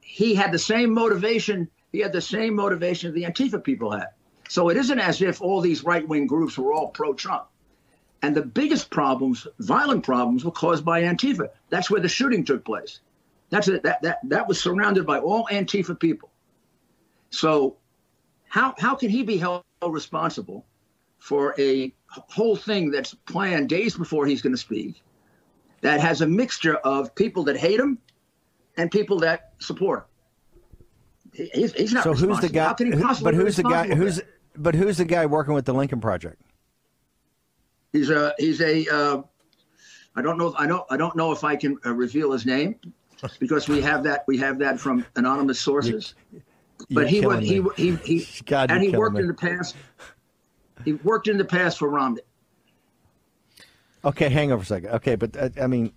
S3: He had the same motivation, he had the same motivation the Antifa people had. So it isn't as if all these right wing groups were all pro Trump. And the biggest problems, violent problems, were caused by Antifa. That's where the shooting took place. That's it. That, that that was surrounded by all Antifa people. So, how how can he be held responsible for a whole thing that's planned days before he's going to speak, that has a mixture of people that hate him and people that support him? He- He's, he's not
S4: so who's the
S3: responsible.
S4: guy?
S3: How can he
S4: who-
S3: possibly
S4: but
S3: be
S4: who's the guy?
S3: responsible for
S4: Who's
S3: that?
S4: but who's the guy working with the Lincoln Project?
S3: he's a he's a uh, I don't know I don't I don't know if I can uh, reveal his name because we have that we have that from anonymous sources. but he
S4: You're
S3: was he,
S4: killing me.
S3: he he
S4: God,
S3: and
S4: you're
S3: he
S4: killing
S3: worked
S4: me.
S3: in the past. He worked in the past for Romney.
S4: Okay, hang on for a second. Okay, but uh, I mean,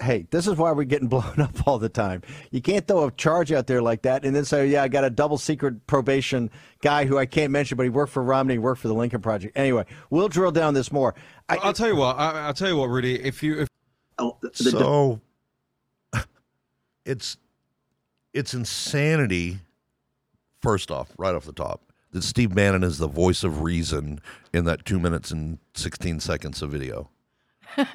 S4: hey, this is why we're getting blown up all the time. You can't throw a charge out there like that and then say, yeah, I got a double secret probation guy who I can't mention, but he worked for Romney, he worked for the Lincoln Project. Anyway, we'll drill down this more. I,
S5: I'll tell you what. I, I'll tell you what, Rudy. If you if
S3: Oh, the, the-
S1: so it's it's insanity. First off, right off the top, that Steve Bannon is the voice of reason in that two minutes and sixteen seconds of video, and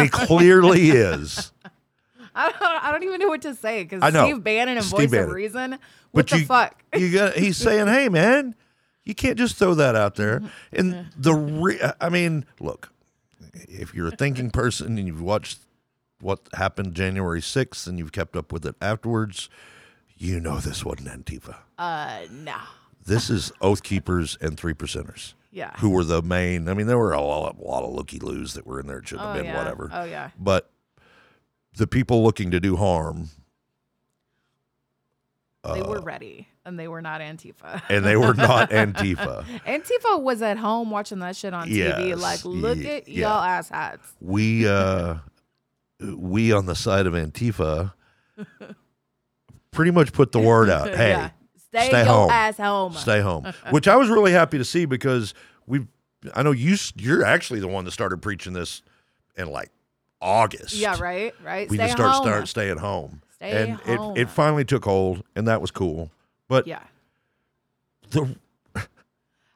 S1: he clearly is.
S2: I don't, I don't even know what to say because
S1: I know.
S2: Steve Bannon and
S1: Steve
S2: Voice
S1: Bannon.
S2: of Reason. What
S1: But
S2: the
S1: you,
S2: fuck?
S1: you got. He's saying, "Hey, man, you can't just throw that out there." And the, re- I mean, look, if you're a thinking person and you've watched what happened January 6th and you've kept up with it afterwards, you know this wasn't Antifa.
S2: Uh, no.
S1: This is Oath Keepers and Three Percenters,
S2: Yeah.
S1: who were the main. I mean, there were a lot, lot of looky loos that were in there. It should
S2: Oh,
S1: have been
S2: yeah.
S1: whatever.
S2: Oh, yeah.
S1: But the people looking to do harm
S2: they were ready and they were not Antifa.
S1: Uh, and they were not Antifa.
S2: Antifa was at home watching that shit on TV.
S1: Yes,
S2: Like, look
S1: ye-
S2: at
S1: yeah.
S2: y'all ass hats.
S1: We uh, we on the side of Antifa pretty much put the word out. Hey,
S2: Yeah. Stay,
S1: stay
S2: your
S1: home.
S2: ass home.
S1: stay home, which I was really happy to see because we, I know you, s- you're actually the one that started preaching this in like August.
S2: Yeah, right, right.
S1: We
S2: stay
S1: just start
S2: home.
S1: start staying home,
S2: Stay
S1: and
S2: home.
S1: it it finally took hold, and that was cool. But
S2: yeah.
S1: the
S2: H-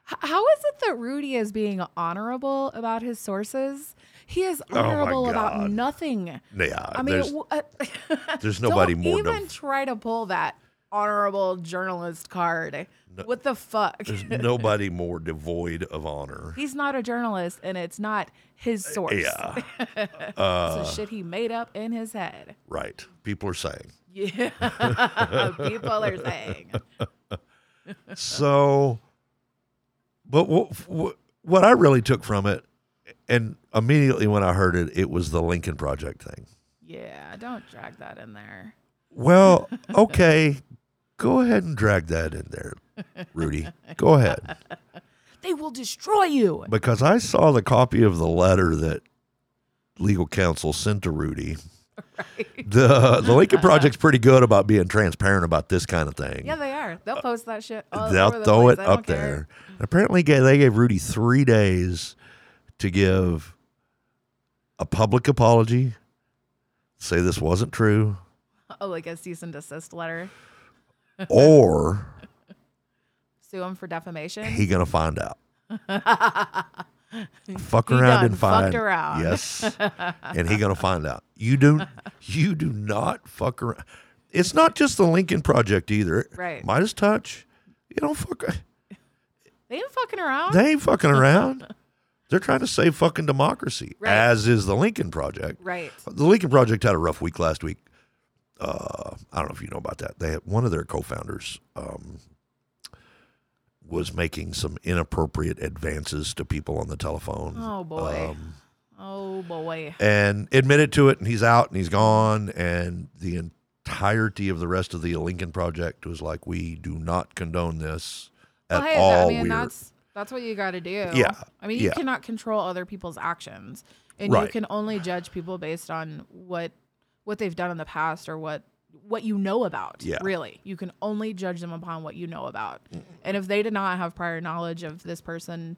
S2: How is it that Rudy is being honorable about his sources? He is
S1: Oh, my
S2: honorable about
S1: God.
S2: nothing.
S1: yeah,
S2: I mean,
S1: there's-
S2: w- uh,
S1: there's nobody
S2: don't
S1: more
S2: Even
S1: nov-
S2: try to pull that honorable journalist card. what the fuck?
S1: there's nobody more devoid of honor.
S2: He's not a journalist, and it's not his source.
S1: Uh, Yeah, Uh.
S2: it's a shit he made up in his head.
S1: right. People are saying.
S2: Yeah, people are saying.
S1: So, but what, what I really took from it, and immediately when I heard it, it was the Lincoln Project thing.
S2: Yeah, don't drag that in there.
S1: Well, okay, go ahead and drag that in there, Rudy. Go ahead,
S2: They will destroy you.
S1: because I saw the copy of the letter that legal counsel sent to Rudy. The the Lincoln Project's pretty good about being transparent about this kind of thing.
S2: Yeah, they are. They'll post that shit. All over
S1: uh, They'll
S2: the
S1: throw
S2: place.
S1: it
S2: I don't
S1: up
S2: care.
S1: there. Apparently, ga- they gave Rudy three days to give a public apology, say this wasn't true,
S2: Oh, like a cease and desist letter.
S1: or
S2: Sue him for defamation.
S1: he gonna find out. Fuck
S2: He
S1: around
S2: done
S1: and
S2: fucked
S1: find.
S2: around.
S1: Yes, and he gonna find out. You do. You do not fuck around. It's not just the Lincoln Project either.
S2: Right.
S1: Midas Touch. You don't fuck.
S2: they ain't fucking around.
S1: They ain't fucking around. They're trying to save fucking democracy,
S2: Right.
S1: as is the Lincoln Project.
S2: right.
S1: The Lincoln Project had a rough week last week. Uh, I don't know if you know about that. They had one of their co-founders um, was making some inappropriate advances to people on the telephone.
S2: Oh, boy.
S1: Um,
S2: Oh boy.
S1: and admitted to it, and he's out and he's gone. And the entirety of the rest of the Lincoln Project was like, "We do not condone this at
S2: well, hey,
S1: all."
S2: I mean
S1: We're-
S2: that's that's what you got to do.
S1: Yeah,
S2: I mean, you
S1: yeah.
S2: cannot control other people's actions, and you
S1: Right.
S2: can only judge people based on what what they've done in the past or what what you know about.
S1: Yeah.
S2: Really, you can only judge them upon what you know about. And if they did not have prior knowledge of this person,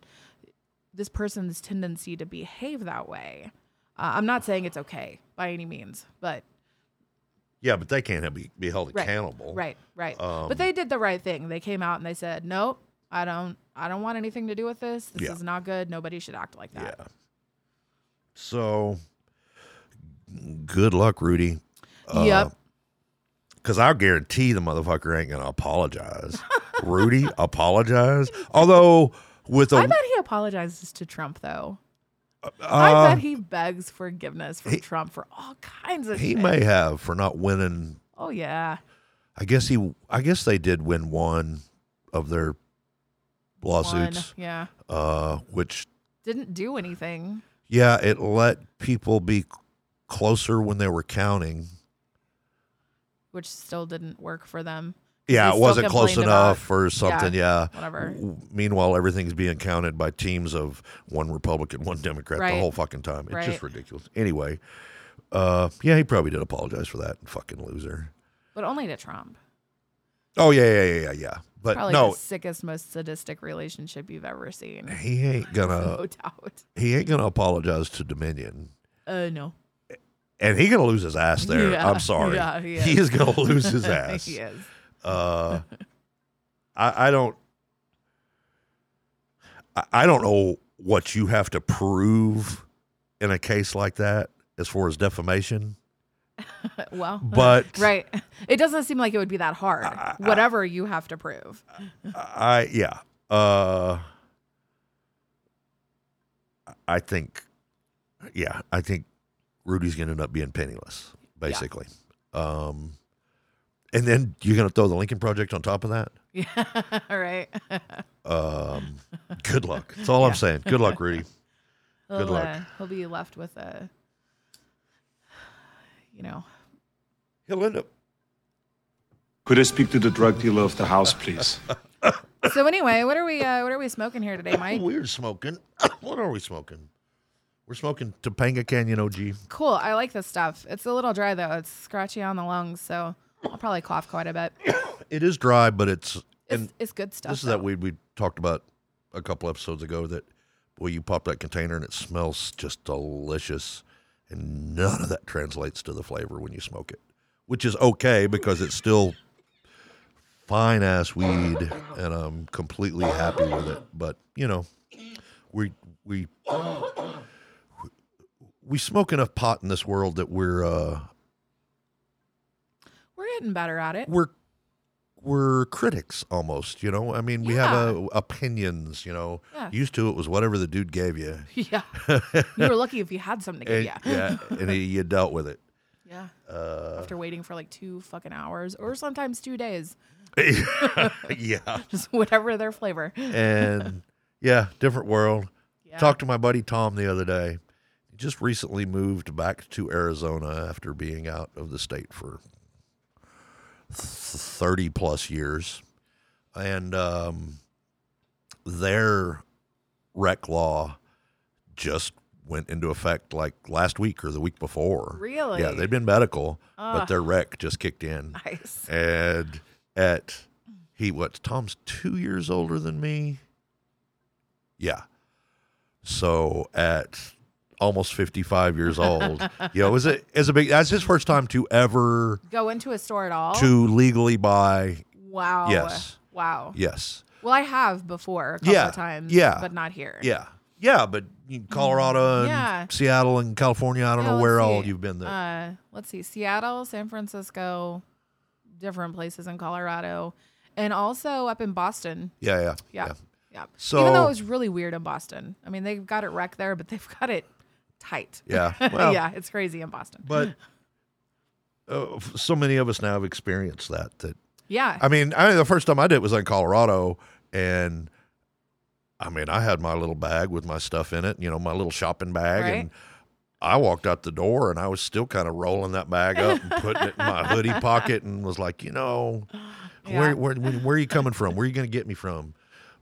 S2: this person's tendency to behave that way, uh, I'm not saying it's okay by any means, but
S1: yeah, but they can't be, be held
S2: Right.
S1: accountable.
S2: Right, right.
S1: Um,
S2: but they did the right thing. They came out and they said, "Nope, I don't, I don't want anything to do with this. This
S1: Yeah.
S2: is not good. Nobody should act like that."
S1: Yeah. So good luck, Rudy. Uh,
S2: yep.
S1: Because I guarantee the motherfucker ain't gonna apologize. Rudy, apologize. Although with a
S2: I bet he apologizes to Trump though. I
S1: uh,
S2: bet he begs forgiveness from Trump for all kinds of.
S1: he
S2: shit.
S1: may have for not winning.
S2: Oh yeah.
S1: I guess he. I guess they did win one of their
S2: One.
S1: lawsuits,
S2: Yeah.
S1: uh, which
S2: Didn't do anything.
S1: yeah, it let people be closer when they were counting.
S2: Which still didn't work for them. They
S1: Yeah, it
S2: still
S1: wasn't close
S2: complained about-
S1: enough or something. Yeah.
S2: whatever.
S1: W- Meanwhile, everything's being counted by teams of one Republican, one Democrat the
S2: Right.
S1: whole fucking time. It's just
S2: Right.
S1: ridiculous. Anyway, uh, yeah, he probably did apologize for that. Fucking loser.
S2: But only to Trump.
S1: Oh yeah, yeah, yeah, yeah, yeah. But
S2: Probably
S1: no,
S2: the sickest, most sadistic relationship you've ever seen.
S1: he ain't
S2: no
S1: gonna.
S2: doubt.
S1: he ain't gonna apologize to Dominion.
S2: Uh, no.
S1: And he gonna lose his ass there.
S2: Yeah,
S1: I'm sorry.
S2: yeah, he
S1: he is
S2: is.
S1: gonna lose his ass.
S2: he is.
S1: Uh, I, I don't. I, I don't know what you have to prove in a case like that as far as defamation,
S2: Well,
S1: but Uh,
S2: right. It doesn't seem like it would be that hard. Whatever you have to prove.
S1: I yeah. Uh, I think, yeah, I think Rudy's gonna end up being penniless, basically. Um, and then you're gonna throw the Lincoln Project on top of that.
S2: Yeah. All right.
S1: Um, good luck. That's all I'm saying. Good luck, Rudy.
S2: He'll,
S1: luck.
S2: Uh, he'll be left with a, you know,
S1: He'll end up
S6: Could I speak to the drug dealer of the house, please?
S2: So anyway, what are we uh, what are we smoking here today, Mike?
S1: We're smoking. what are we smoking? We're smoking Topanga Canyon OG.
S2: Cool. I like this stuff. It's a little dry though. It's scratchy on the lungs, so I'll probably cough quite a bit. It's,
S1: It is dry, but it's and
S2: it's good stuff.
S1: this is that
S2: though.
S1: weed we talked about a couple episodes ago. That boy, you pop that container and it smells just delicious, and none of that translates to the flavor when you smoke it, which is okay because it's still fine ass weed, and I'm completely happy with it. But you know, we we we smoke enough pot in this world that we're uh
S2: We're getting better at it.
S1: we're we're critics almost, you know. I mean, we have uh opinions, you know.
S2: Yeah.
S1: Used to it was whatever the dude gave you,
S2: Yeah. you were lucky if you had something to give
S1: and,
S2: you.
S1: yeah, and he, you dealt with it.
S2: Yeah.
S1: Uh,
S2: After waiting for like two fucking hours or sometimes two days,
S1: yeah,
S2: just whatever their flavor.
S1: and yeah, different world.
S2: Yeah.
S1: Talked to my buddy Tom the other day. He just recently moved back to Arizona after being out of the state for thirty plus years, and um, their rec law just went into effect like last week or the week before.
S2: Really?
S1: Yeah, they'd been medical, but
S2: Ugh.
S1: their rec just kicked in
S2: Nice.
S1: and at he what Tom's two years older than me. Yeah. So at almost fifty five years old, you know, is it is a big that's his first time to ever
S2: Go into a store at all?
S1: to legally buy
S2: Wow.
S1: Yes.
S2: Wow.
S1: yes.
S2: Well, I have before a couple
S1: Yeah.
S2: of times.
S1: Yeah.
S2: But not here.
S1: Yeah. Yeah, but you- Colorado and
S2: Mm. Yeah.
S1: Seattle and California, I don't
S2: Yeah,
S1: know
S2: let's
S1: where all
S2: see.
S1: you've been there.
S2: Uh, let's see, Seattle, San Francisco, different places in Colorado, and also up in Boston.
S1: yeah, yeah.
S2: Yeah, yeah.
S1: So-
S2: even though it was really weird in Boston, I mean they've got it wrecked there, but they've got it tight.
S1: Yeah. Well,
S2: yeah, it's crazy in Boston.
S1: But uh, f- so many of us now have experienced that that
S2: yeah,
S1: I mean, I the first time I did it was in Colorado, and I mean, I had my little bag with my stuff in it, you know, my little shopping bag,
S2: Right.
S1: and I walked out the door, and I was still kind of rolling that bag up and putting it in my hoodie pocket, and was like, you know,
S2: Yeah.
S1: where, where where where are you coming from? Where are you going to get me from?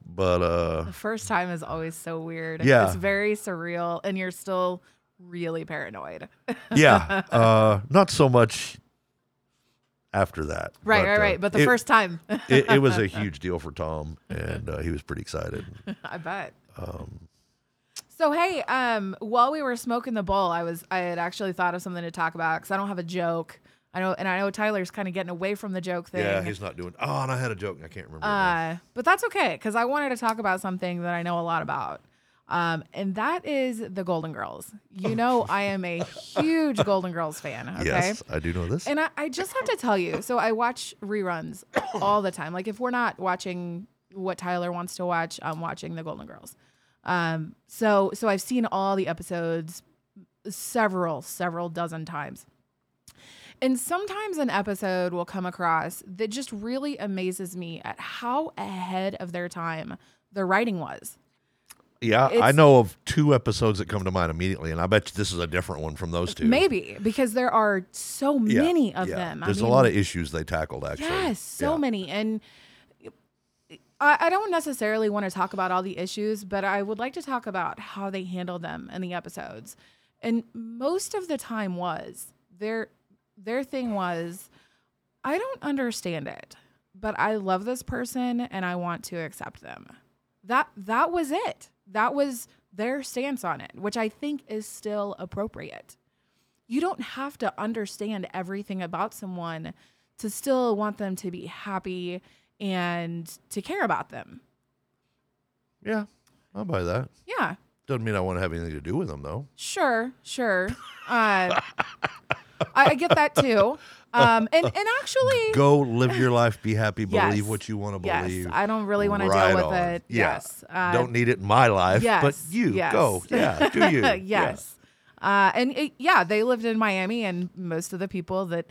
S1: But uh,
S2: the first time is always so weird.
S1: Yeah.
S2: it's very surreal, and you're still really paranoid.
S1: yeah, uh, not so much after that.
S2: Right, right,
S1: uh,
S2: right. But the
S1: it-
S2: first time,
S1: it, it was a huge deal for Tom, and uh, he was pretty excited.
S2: I bet.
S1: Um,
S2: So hey, um, while we were smoking the bowl, I was I had actually thought of something to talk about because I don't have a joke. I know, and I know Tyler's kind of getting away from the joke thing.
S1: yeah, he's not doing. Oh, and I had a joke, and I can't remember. it now.
S2: uh, but that's okay because I wanted to talk about something that I know a lot about, um, and that is the Golden Girls. You know, I am a huge Golden Girls fan. Uh, Okay.
S1: Yes, I do know this.
S2: And I, I just have to tell you, so I watch reruns all the time. Like if we're not watching what Tyler wants to watch, I'm watching The Golden Girls. Um, so so I've seen all the episodes several, several dozen times. And sometimes an episode will come across that just really amazes me at how ahead of their time the writing was.
S1: yeah, I
S2: it's-
S1: know of two episodes that come to mind immediately, and I bet you this is a different one from those two.
S2: Maybe because there are so
S1: Yeah,
S2: many of
S1: yeah.
S2: them. I
S1: There's
S2: mean,
S1: a lot of issues they tackled, actually.
S2: Yes, so
S1: Yeah.
S2: many. And I, I don't necessarily want to talk about all the issues, but I would like to talk about how they handled them in the episodes. And most of the time was their their thing was I don't understand it, but I love this person and I want to accept them. That that was it. That was their stance on it, which I think is still appropriate you don't have to understand everything about someone to still want them to be happy and to care about them.
S1: Yeah, I'll buy that.
S2: Yeah,
S1: Doesn't mean I want to have anything to do with them, though.
S2: sure, sure. Uh, I, I get that too. Um, and and actually,
S1: Go live your life, be happy, believe
S2: Yes.
S1: what you want to believe.
S2: yes, I don't really want to
S1: Right
S2: deal with
S1: on.
S2: it.
S1: Yeah.
S2: Yes, uh,
S1: don't need it in my life, but
S2: yes,
S1: you
S2: yes.
S1: go. Yeah, do you? Yeah.
S2: yes. Uh, and it, yeah, they lived in Miami, and most of the people that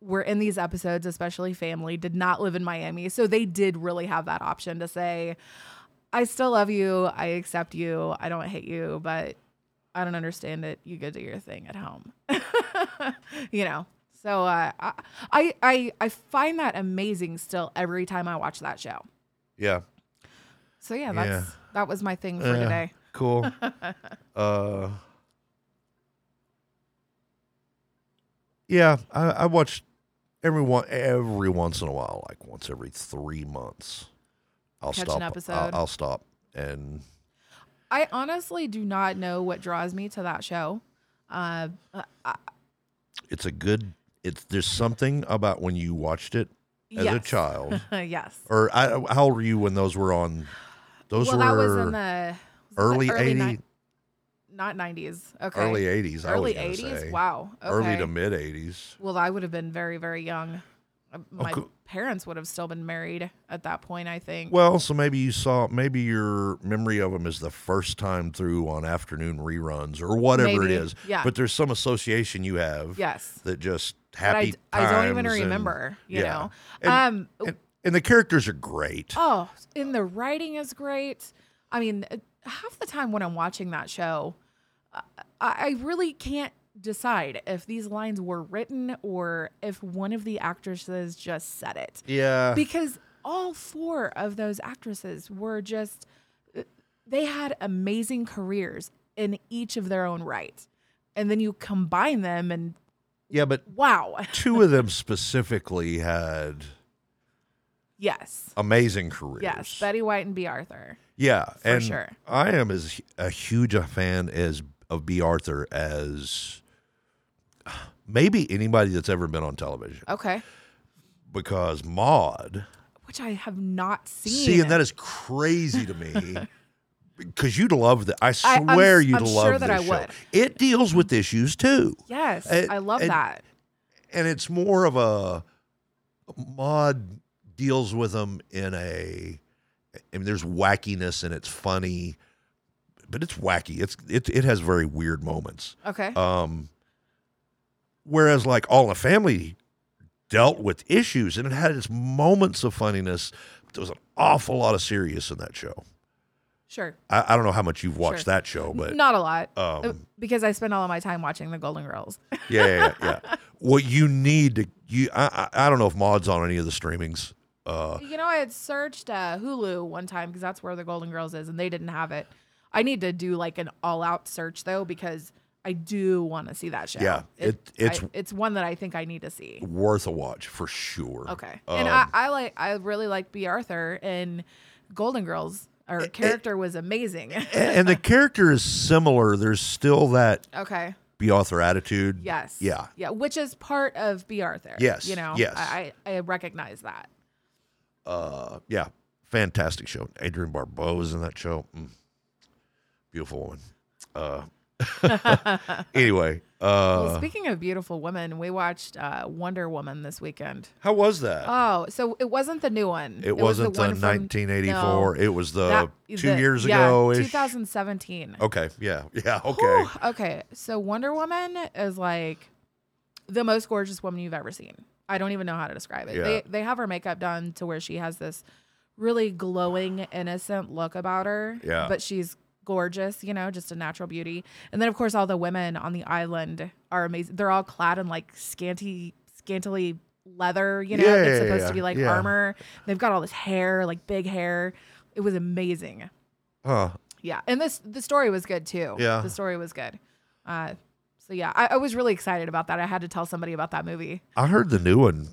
S2: were in these episodes, especially family, did not live in Miami. So they did really have that option to say, I still love you. I accept you. I don't hate you, but I don't understand it. You go do your thing at home. you know, So uh, I, I I I find that amazing still every time I watch that show.
S1: Yeah.
S2: So yeah, that's
S1: Yeah.
S2: that was my thing for
S1: Yeah.
S2: today.
S1: Cool. uh, yeah, I, I watch every one every once in a while, like once every three months. I'll
S2: Catch an
S1: stop.
S2: episode.
S1: I'll, I'll stop and
S2: I honestly do not know what draws me to that show. Uh, uh, I-
S1: it's a good. It's there's something about when you watched it as a
S2: yes.
S1: child,
S2: yes.
S1: or I, how old were you when those were on? Those
S2: well,
S1: were
S2: that was in the was that
S1: early
S2: ni-
S1: eighty,
S2: not nineties. Okay,
S1: early eighties. I was
S2: early
S1: gonna say.
S2: Wow. Okay.
S1: early to mid eighties.
S2: Well, I would have been very very young. Uh, My
S1: Oh, cool.
S2: parents would have still been married at that point. I think.
S1: Well, so maybe you saw, maybe your memory of them is the first time through on afternoon reruns or whatever
S2: Maybe,
S1: it is.
S2: yeah.
S1: But there's some association you have
S2: yes.
S1: that just
S2: But I,
S1: happy.
S2: d- I don't even
S1: times and-
S2: remember. you
S1: yeah.
S2: know.
S1: And-
S2: um.
S1: And, and the characters are great.
S2: Oh, and the writing is great. I mean, uh, half the time when I'm watching that show, I, I really can't decide if these lines were written or if one of the actresses just said it.
S1: yeah.
S2: Because all four of those actresses were just, uh, they had amazing careers in each of their own right. And then you combine them and
S1: yeah, but
S2: wow.
S1: two of them specifically had
S2: Yes.
S1: amazing careers.
S2: Yes. Betty White and B. Arthur.
S1: Yeah, and
S2: sure.
S1: I am as hu- a huge a fan as of B. Arthur as maybe anybody that's ever been on television
S2: Okay.
S1: because Maud.
S2: Which I have not seen.
S1: See, and that is crazy to me. Because you'd love that. I
S2: I- I'm s-
S1: swear you'd
S2: I'm
S1: love
S2: sure that
S1: this
S2: I
S1: show.
S2: would.
S1: It deals with issues too,
S2: Yes,
S1: And-
S2: I love
S1: and-
S2: that.
S1: and it's more of a Maud deals with them in a. I mean, there's wackiness and it's funny, but it's wacky. It's it it has very weird moments.
S2: Okay.
S1: Um, whereas like All in the Family dealt with issues and it had its moments of funniness. But there was an awful lot of serious in that show.
S2: sure.
S1: I, I don't know how much you've watched
S2: Sure.
S1: that show, but
S2: Not a lot.
S1: um,
S2: uh, because I spend all of my time watching the Golden Girls.
S1: yeah, yeah, yeah. yeah. What you need to you, I, I, I don't know if Maud's on any of the streamings. Uh,
S2: you know, I had searched uh, Hulu one time because that's where the Golden Girls is, and they didn't have it. I need to do like an all-out search though because I do want to see that show.
S1: Yeah, it-
S2: I-
S1: it's-
S2: it's one that I think I need to see.
S1: worth a watch for sure.
S2: Okay,
S1: Um,
S2: and I, I like I really like B. Arthur and Golden Girls. Her character was amazing.
S1: and, and the character is similar. There's still that
S2: okay.
S1: be author attitude.
S2: Yes.
S1: Yeah.
S2: Yeah, which is part of B. Arthur.
S1: Yes,
S2: You know.
S1: yes.
S2: I I I recognize that.
S1: Uh, yeah. Fantastic show. Adrian Barbeau is in that show. Mm. Beautiful woman. Uh, anyway, uh,
S2: well, speaking of beautiful women, we watched uh, Wonder Woman this weekend.
S1: how was that?
S2: Oh, so it wasn't the new one.
S1: it, wasn't the,
S2: one from-
S1: 1984.
S2: no,
S1: it was the
S2: that-
S1: two
S2: the-
S1: years
S2: yeah,
S1: ago.
S2: 2017.
S1: Okay. Yeah. Yeah. Okay.
S2: Whew, okay. So Wonder Woman is like the most gorgeous woman you've ever seen. I don't even know how to describe it.
S1: Yeah.
S2: They they have her makeup done to where she has this really glowing, innocent look about her.
S1: Yeah.
S2: But she's gorgeous, you know, just a natural beauty. And then of course all the women on the island are amazing. They're all clad in like scanty scantily leather, you know,
S1: Yeah,
S2: that's
S1: yeah,
S2: supposed to
S1: yeah,
S2: be like
S1: yeah.
S2: armor. They've got all this hair, like big hair. It was amazing.
S1: Huh.
S2: Yeah, and this the story was good too.
S1: Yeah.
S2: the story was good. Uh, so yeah, I, I was really excited about that. I had to tell somebody about that movie.
S1: I heard the new one.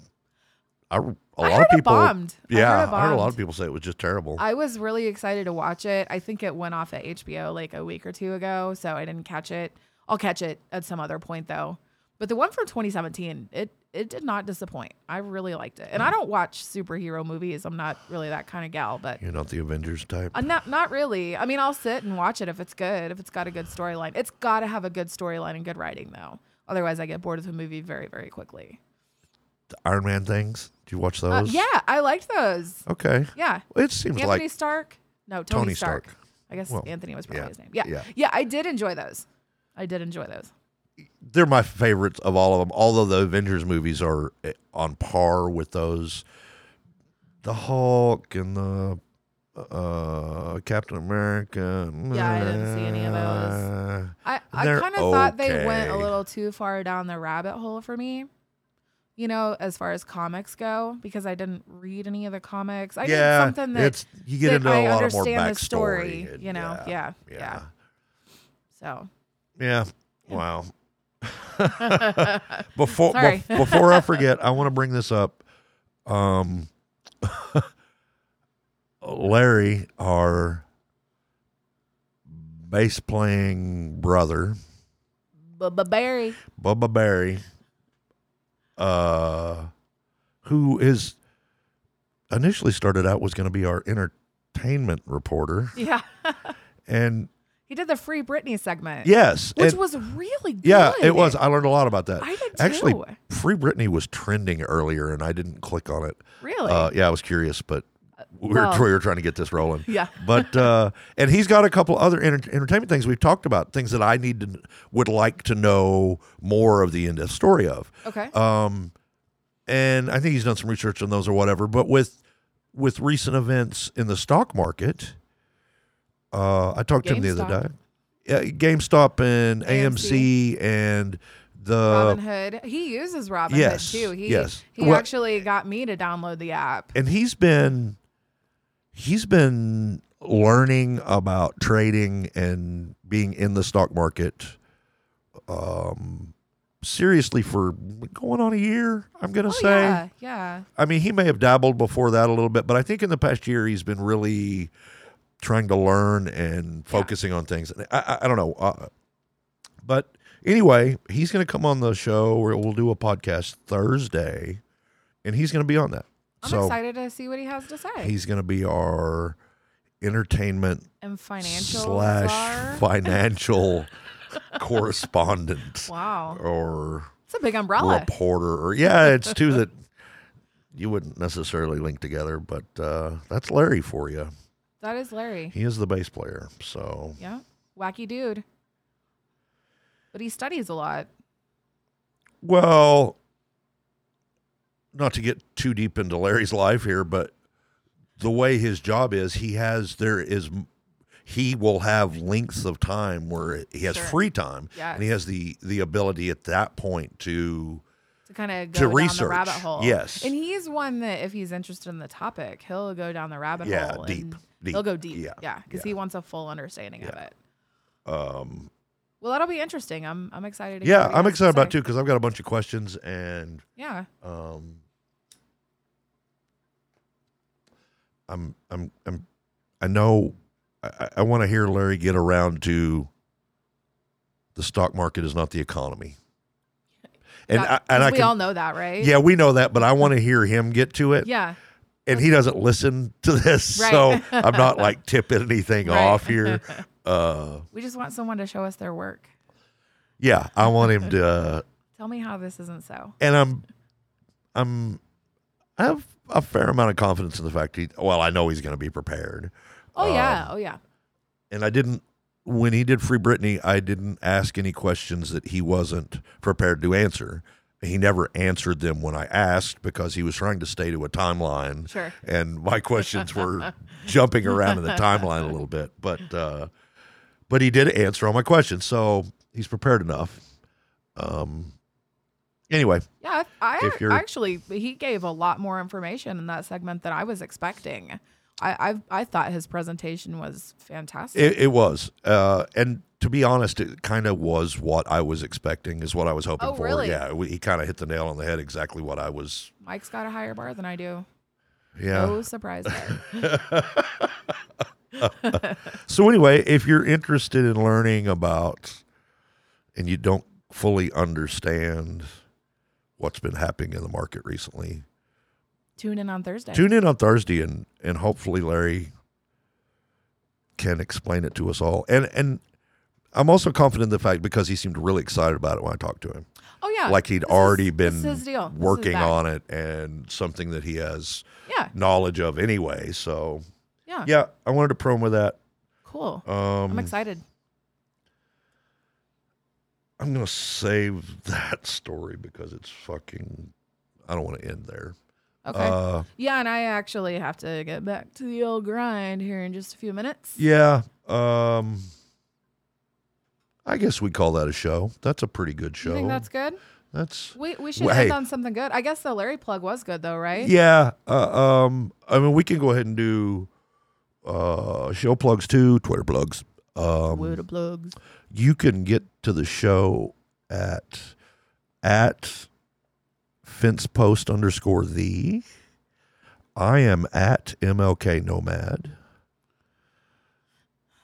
S1: I, a
S2: I
S1: lot
S2: heard
S1: of
S2: it
S1: people.
S2: bombed. I heard
S1: Yeah, I
S2: it
S1: heard, a lot
S2: bombed.
S1: of people say it was just terrible.
S2: I was really excited to watch it. I think it went off at HBO like a week or two ago, so I didn't catch it. I'll catch it at some other point though. But the one from 2017, it it did not disappoint. I really liked it, and
S1: Hmm.
S2: I don't watch superhero movies. I'm not really that kind of gal, but
S1: You're not the Avengers type.
S2: Uh, not not really. I mean, I'll sit and watch it if it's good, if it's got a good storyline. It's got to have a good storyline and good writing though. Otherwise, I get bored of the movie very very quickly.
S1: The Iron Man things. Did you watch
S2: Uh,
S1: those?
S2: yeah, I liked those.
S1: Okay.
S2: Yeah,
S1: It seems
S2: Anthony
S1: like
S2: Stark. No, Tony,
S1: Tony
S2: Stark.
S1: Stark.
S2: I guess
S1: Well,
S2: Anthony was probably
S1: yeah,
S2: his name. Yeah. yeah,
S1: yeah.
S2: I did enjoy those. I did enjoy those.
S1: they're my favorites of all of them. Although the Avengers movies are eh, on par with those, the Hulk and the uh, Captain America.
S2: Yeah, I didn't see any of those. I, I
S1: They're
S2: kind of thought they went a
S1: okay.
S2: little too far down the rabbit hole for me. you know, as far as comics go, because I didn't read any of the comics. I
S1: yeah,
S2: did something that
S1: it's you get
S2: that
S1: into
S2: I
S1: a lot of more
S2: understand
S1: backstory.
S2: the story,
S1: and
S2: you know, yeah,
S1: yeah,
S2: so
S1: yeah. Wow. before
S2: Sorry.
S1: bef- before I forget, I want to bring this up. Um, Larry, our bass playing brother,
S2: but Barry,
S1: Bubba Barry, uh, who is initially started out was going to be our entertainment reporter,
S2: yeah,
S1: and
S2: he did the free Britney segment,
S1: yes,
S2: which
S1: and-
S2: was really good.
S1: yeah, it was. I learned a lot about that.
S2: I did
S1: Actually,
S2: too.
S1: Free Britney was trending earlier, and I didn't click on it.
S2: really,
S1: Uh, yeah, I was curious, but we were,
S2: well-
S1: we were trying to get this rolling.
S2: yeah,
S1: But uh, and he's got a couple other enter- entertainment things we've talked about, things that I need to would like to know more of the end of story of.
S2: okay,
S1: Um, and I think he's done some research on those or whatever. But with with recent events in the stock market, uh, I talked to him the other
S2: GameStop.
S1: day. Yeah, GameStop and AMC,
S2: AMC.
S1: and the
S2: Robin Hood. He uses Robin
S1: yes,
S2: Hood too. He,
S1: yes.
S2: he
S1: Well-
S2: actually got me to download the app.
S1: and he's been he's been learning about trading and being in the stock market um seriously for going on a year i'm gonna
S2: Oh
S1: say
S2: yeah, yeah.
S1: i mean he may have dabbled before that a little bit but i think in the past year he's been really trying to learn and focusing on things And i i, I don't know uh, but anyway he's gonna come on the show or we'll do a podcast thursday and he's gonna be on that
S2: I'm
S1: so
S2: excited to see what he has to say.
S1: He's going to be our entertainment
S2: and financial
S1: slash
S2: czar.
S1: financial correspondent
S2: wow,
S1: or
S2: it's a big umbrella.
S1: reporter. Or yeah, it's two that you wouldn't necessarily link together, but uh, that's Larry for you.
S2: That is Larry.
S1: He is the bass player, so
S2: Yeah, wacky dude. But he studies a lot.
S1: well. Not to get too deep into Larry's life here, but the way his job is, he has there is he will have lengths of time where he has
S2: Sure.
S1: free time
S2: Yeah,
S1: and he has the the ability at that point to
S2: to kind of
S1: to
S2: go down
S1: research,
S2: the rabbit hole.
S1: yes.
S2: and he is one that if he's interested in the topic, he'll go down the rabbit
S1: yeah
S2: hole.
S1: deep,
S2: and
S1: deep
S2: He'll go deep.
S1: yeah,
S2: Yeah, because he wants a full understanding of it.
S1: um
S2: Well, that'll be interesting. I'm I'm excited. To hear
S1: yeah
S2: what
S1: i'm
S2: he has to
S1: excited about it
S2: say.
S1: too because i've got a bunch of questions and
S2: Yeah,
S1: um i'm i'm i'm i know i, I- I want to hear larry get around to the stock market is not the economy and
S2: That-
S1: I, and
S2: 'cause
S1: I
S2: we
S1: can,
S2: all know that, right?
S1: yeah we know that but i want to hear him get to it
S2: yeah.
S1: and he doesn't listen to this,
S2: Right.
S1: so I'm not like tipping anything
S2: Right.
S1: off here. Uh,
S2: We just want someone to show us their work.
S1: yeah, I want him to, uh,
S2: Tell me how this isn't so.
S1: and I'm, I'm, I have a fair amount of confidence in the fact he. Well, I know he's going to be prepared, Um,
S2: Oh yeah, oh yeah.
S1: and I didn't when he did Free Britney. I didn't ask any questions that he wasn't prepared to answer. He never answered them when I asked because he was trying to stay to a timeline.
S2: Sure.
S1: and my questions were jumping around in the timeline a little bit, but uh, but he did answer all my questions, so he's prepared enough. Um. Anyway,
S2: Yeah, I,
S1: If
S2: I
S1: you're-
S2: actually he gave a lot more information in that segment than I was expecting. I I, I thought his presentation was fantastic.
S1: it, it was, uh, and to be honest, it kind of was what I was expecting, is what I was hoping
S2: Oh,
S1: for.
S2: really?
S1: Yeah, we, he kind of hit the nail on the head, exactly what I was.
S2: Mike's got a higher bar than I do.
S1: Yeah.
S2: No surprise there.
S1: So anyway, if you're interested in learning about, and you don't fully understand what's been happening in the market recently,
S2: Tune in on Thursday.
S1: Tune in on Thursday and and hopefully Larry can explain it to us all. And and I'm also confident in the fact because he seemed really excited about it when I talked to him.
S2: oh yeah,
S1: like he'd
S2: This is-
S1: already
S2: this
S1: been
S2: is his deal. This is
S1: working
S2: that.
S1: on it and something that he has
S2: Yeah,
S1: knowledge of anyway. So
S2: yeah,
S1: yeah, I wanted to promo that.
S2: Cool.
S1: Um
S2: I'm excited.
S1: I'm gonna save that story because it's fucking I don't want to end there.
S2: Okay.
S1: Uh
S2: yeah, and I actually have to get back to the old grind here in just a few minutes.
S1: Yeah. Um I guess we call that a show. That's a pretty good show.
S2: You think that's good?
S1: That's
S2: We, we should
S1: Well,
S2: end
S1: hey.
S2: on something good. I guess the Larry plug was good though, right?
S1: Yeah. Uh, um, I mean, we can go ahead and do uh, show plugs too, Twitter plugs. Um,
S2: Word of plugs.
S1: you can get to the show at at fence post underscore the. I am at MLK Nomad.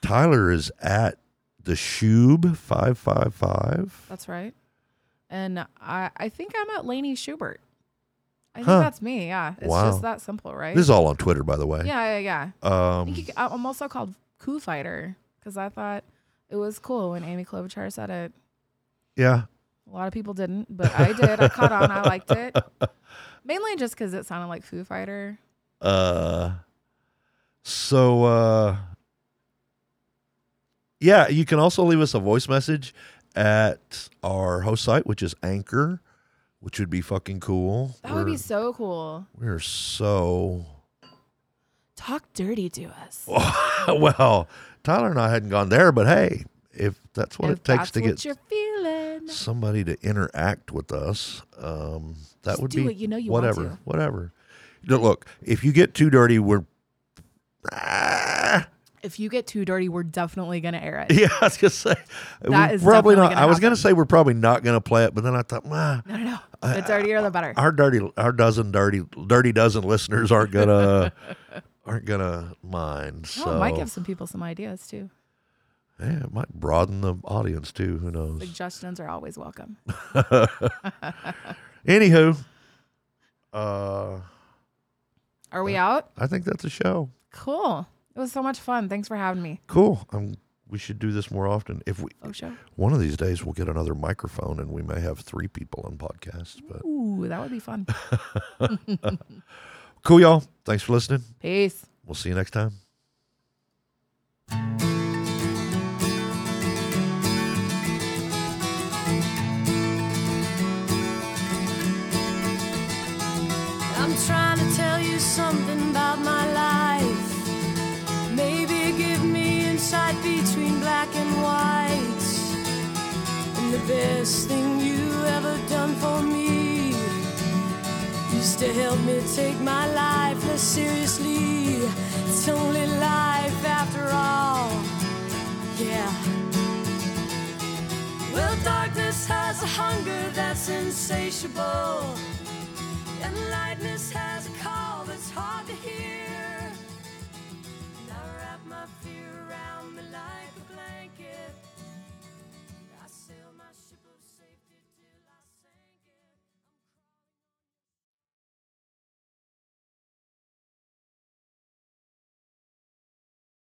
S1: Tyler is at the Shub five five five.
S2: That's right. And I I think I'm at Laney Schubert. I think
S1: Huh.
S2: that's me. Yeah. It's
S1: Wow.
S2: just that simple, right?
S1: This is all on Twitter, by the way.
S2: yeah, yeah, yeah. I
S1: Um,
S2: think you, I'm also called Coup Fighter because I thought it was cool when Amy Klobuchar said it.
S1: yeah.
S2: A lot of people didn't, but I did. I caught on. I liked it. Mainly just because it sounded like Foo Fighter.
S1: Uh, so uh, yeah, you can also leave us a voice message at our host site, which is Anchor, which would be fucking cool.
S2: That would be
S1: We're-
S2: so cool.
S1: We're so
S2: Talk dirty to us.
S1: well. Tyler and I hadn't gone there, but hey, if that's what
S2: If
S1: it takes
S2: that's
S1: to
S2: what
S1: get
S2: you're feeling.
S1: somebody to interact with us, um, that
S2: Just
S1: would
S2: do
S1: be
S2: it. You know you want
S1: whatever,
S2: to.
S1: whatever. No, Look, if you get too dirty, we're Ah.
S2: If you get too dirty, we're definitely gonna air it.
S1: Yeah, I was gonna say
S2: That
S1: we're
S2: is
S1: probably
S2: definitely
S1: not.
S2: gonna
S1: I was gonna
S2: happen.
S1: say we're probably not gonna play it, but then I thought, nah,
S2: No, no, no. The dirtier, the better.
S1: our dirty, our dozen dirty, dirty dozen listeners aren't gonna aren't gonna mind. So
S2: Oh, it might give some people some ideas too.
S1: yeah, it might broaden the audience too. Who knows?
S2: Suggestions are always welcome.
S1: Anywho, uh,
S2: Are we out?
S1: I think that's a show.
S2: Cool. It was so much fun. Thanks for having me. Oh,
S1: Cool. I'm. We should do this more often. If we,
S2: Folk show.
S1: one of these days, we'll get another microphone, and we may have three people on podcasts. But
S2: Ooh, that would be fun.
S1: cool, y'all. Thanks for listening.
S2: Peace.
S1: We'll see you next time.
S7: I'm trying to tell you something about my life. Maybe give me insight between black and white. And the best thing you ever done for me is to help me take my life less seriously. It's only life after all. Yeah. Well, darkness has a hunger that's insatiable. And lightness has a color.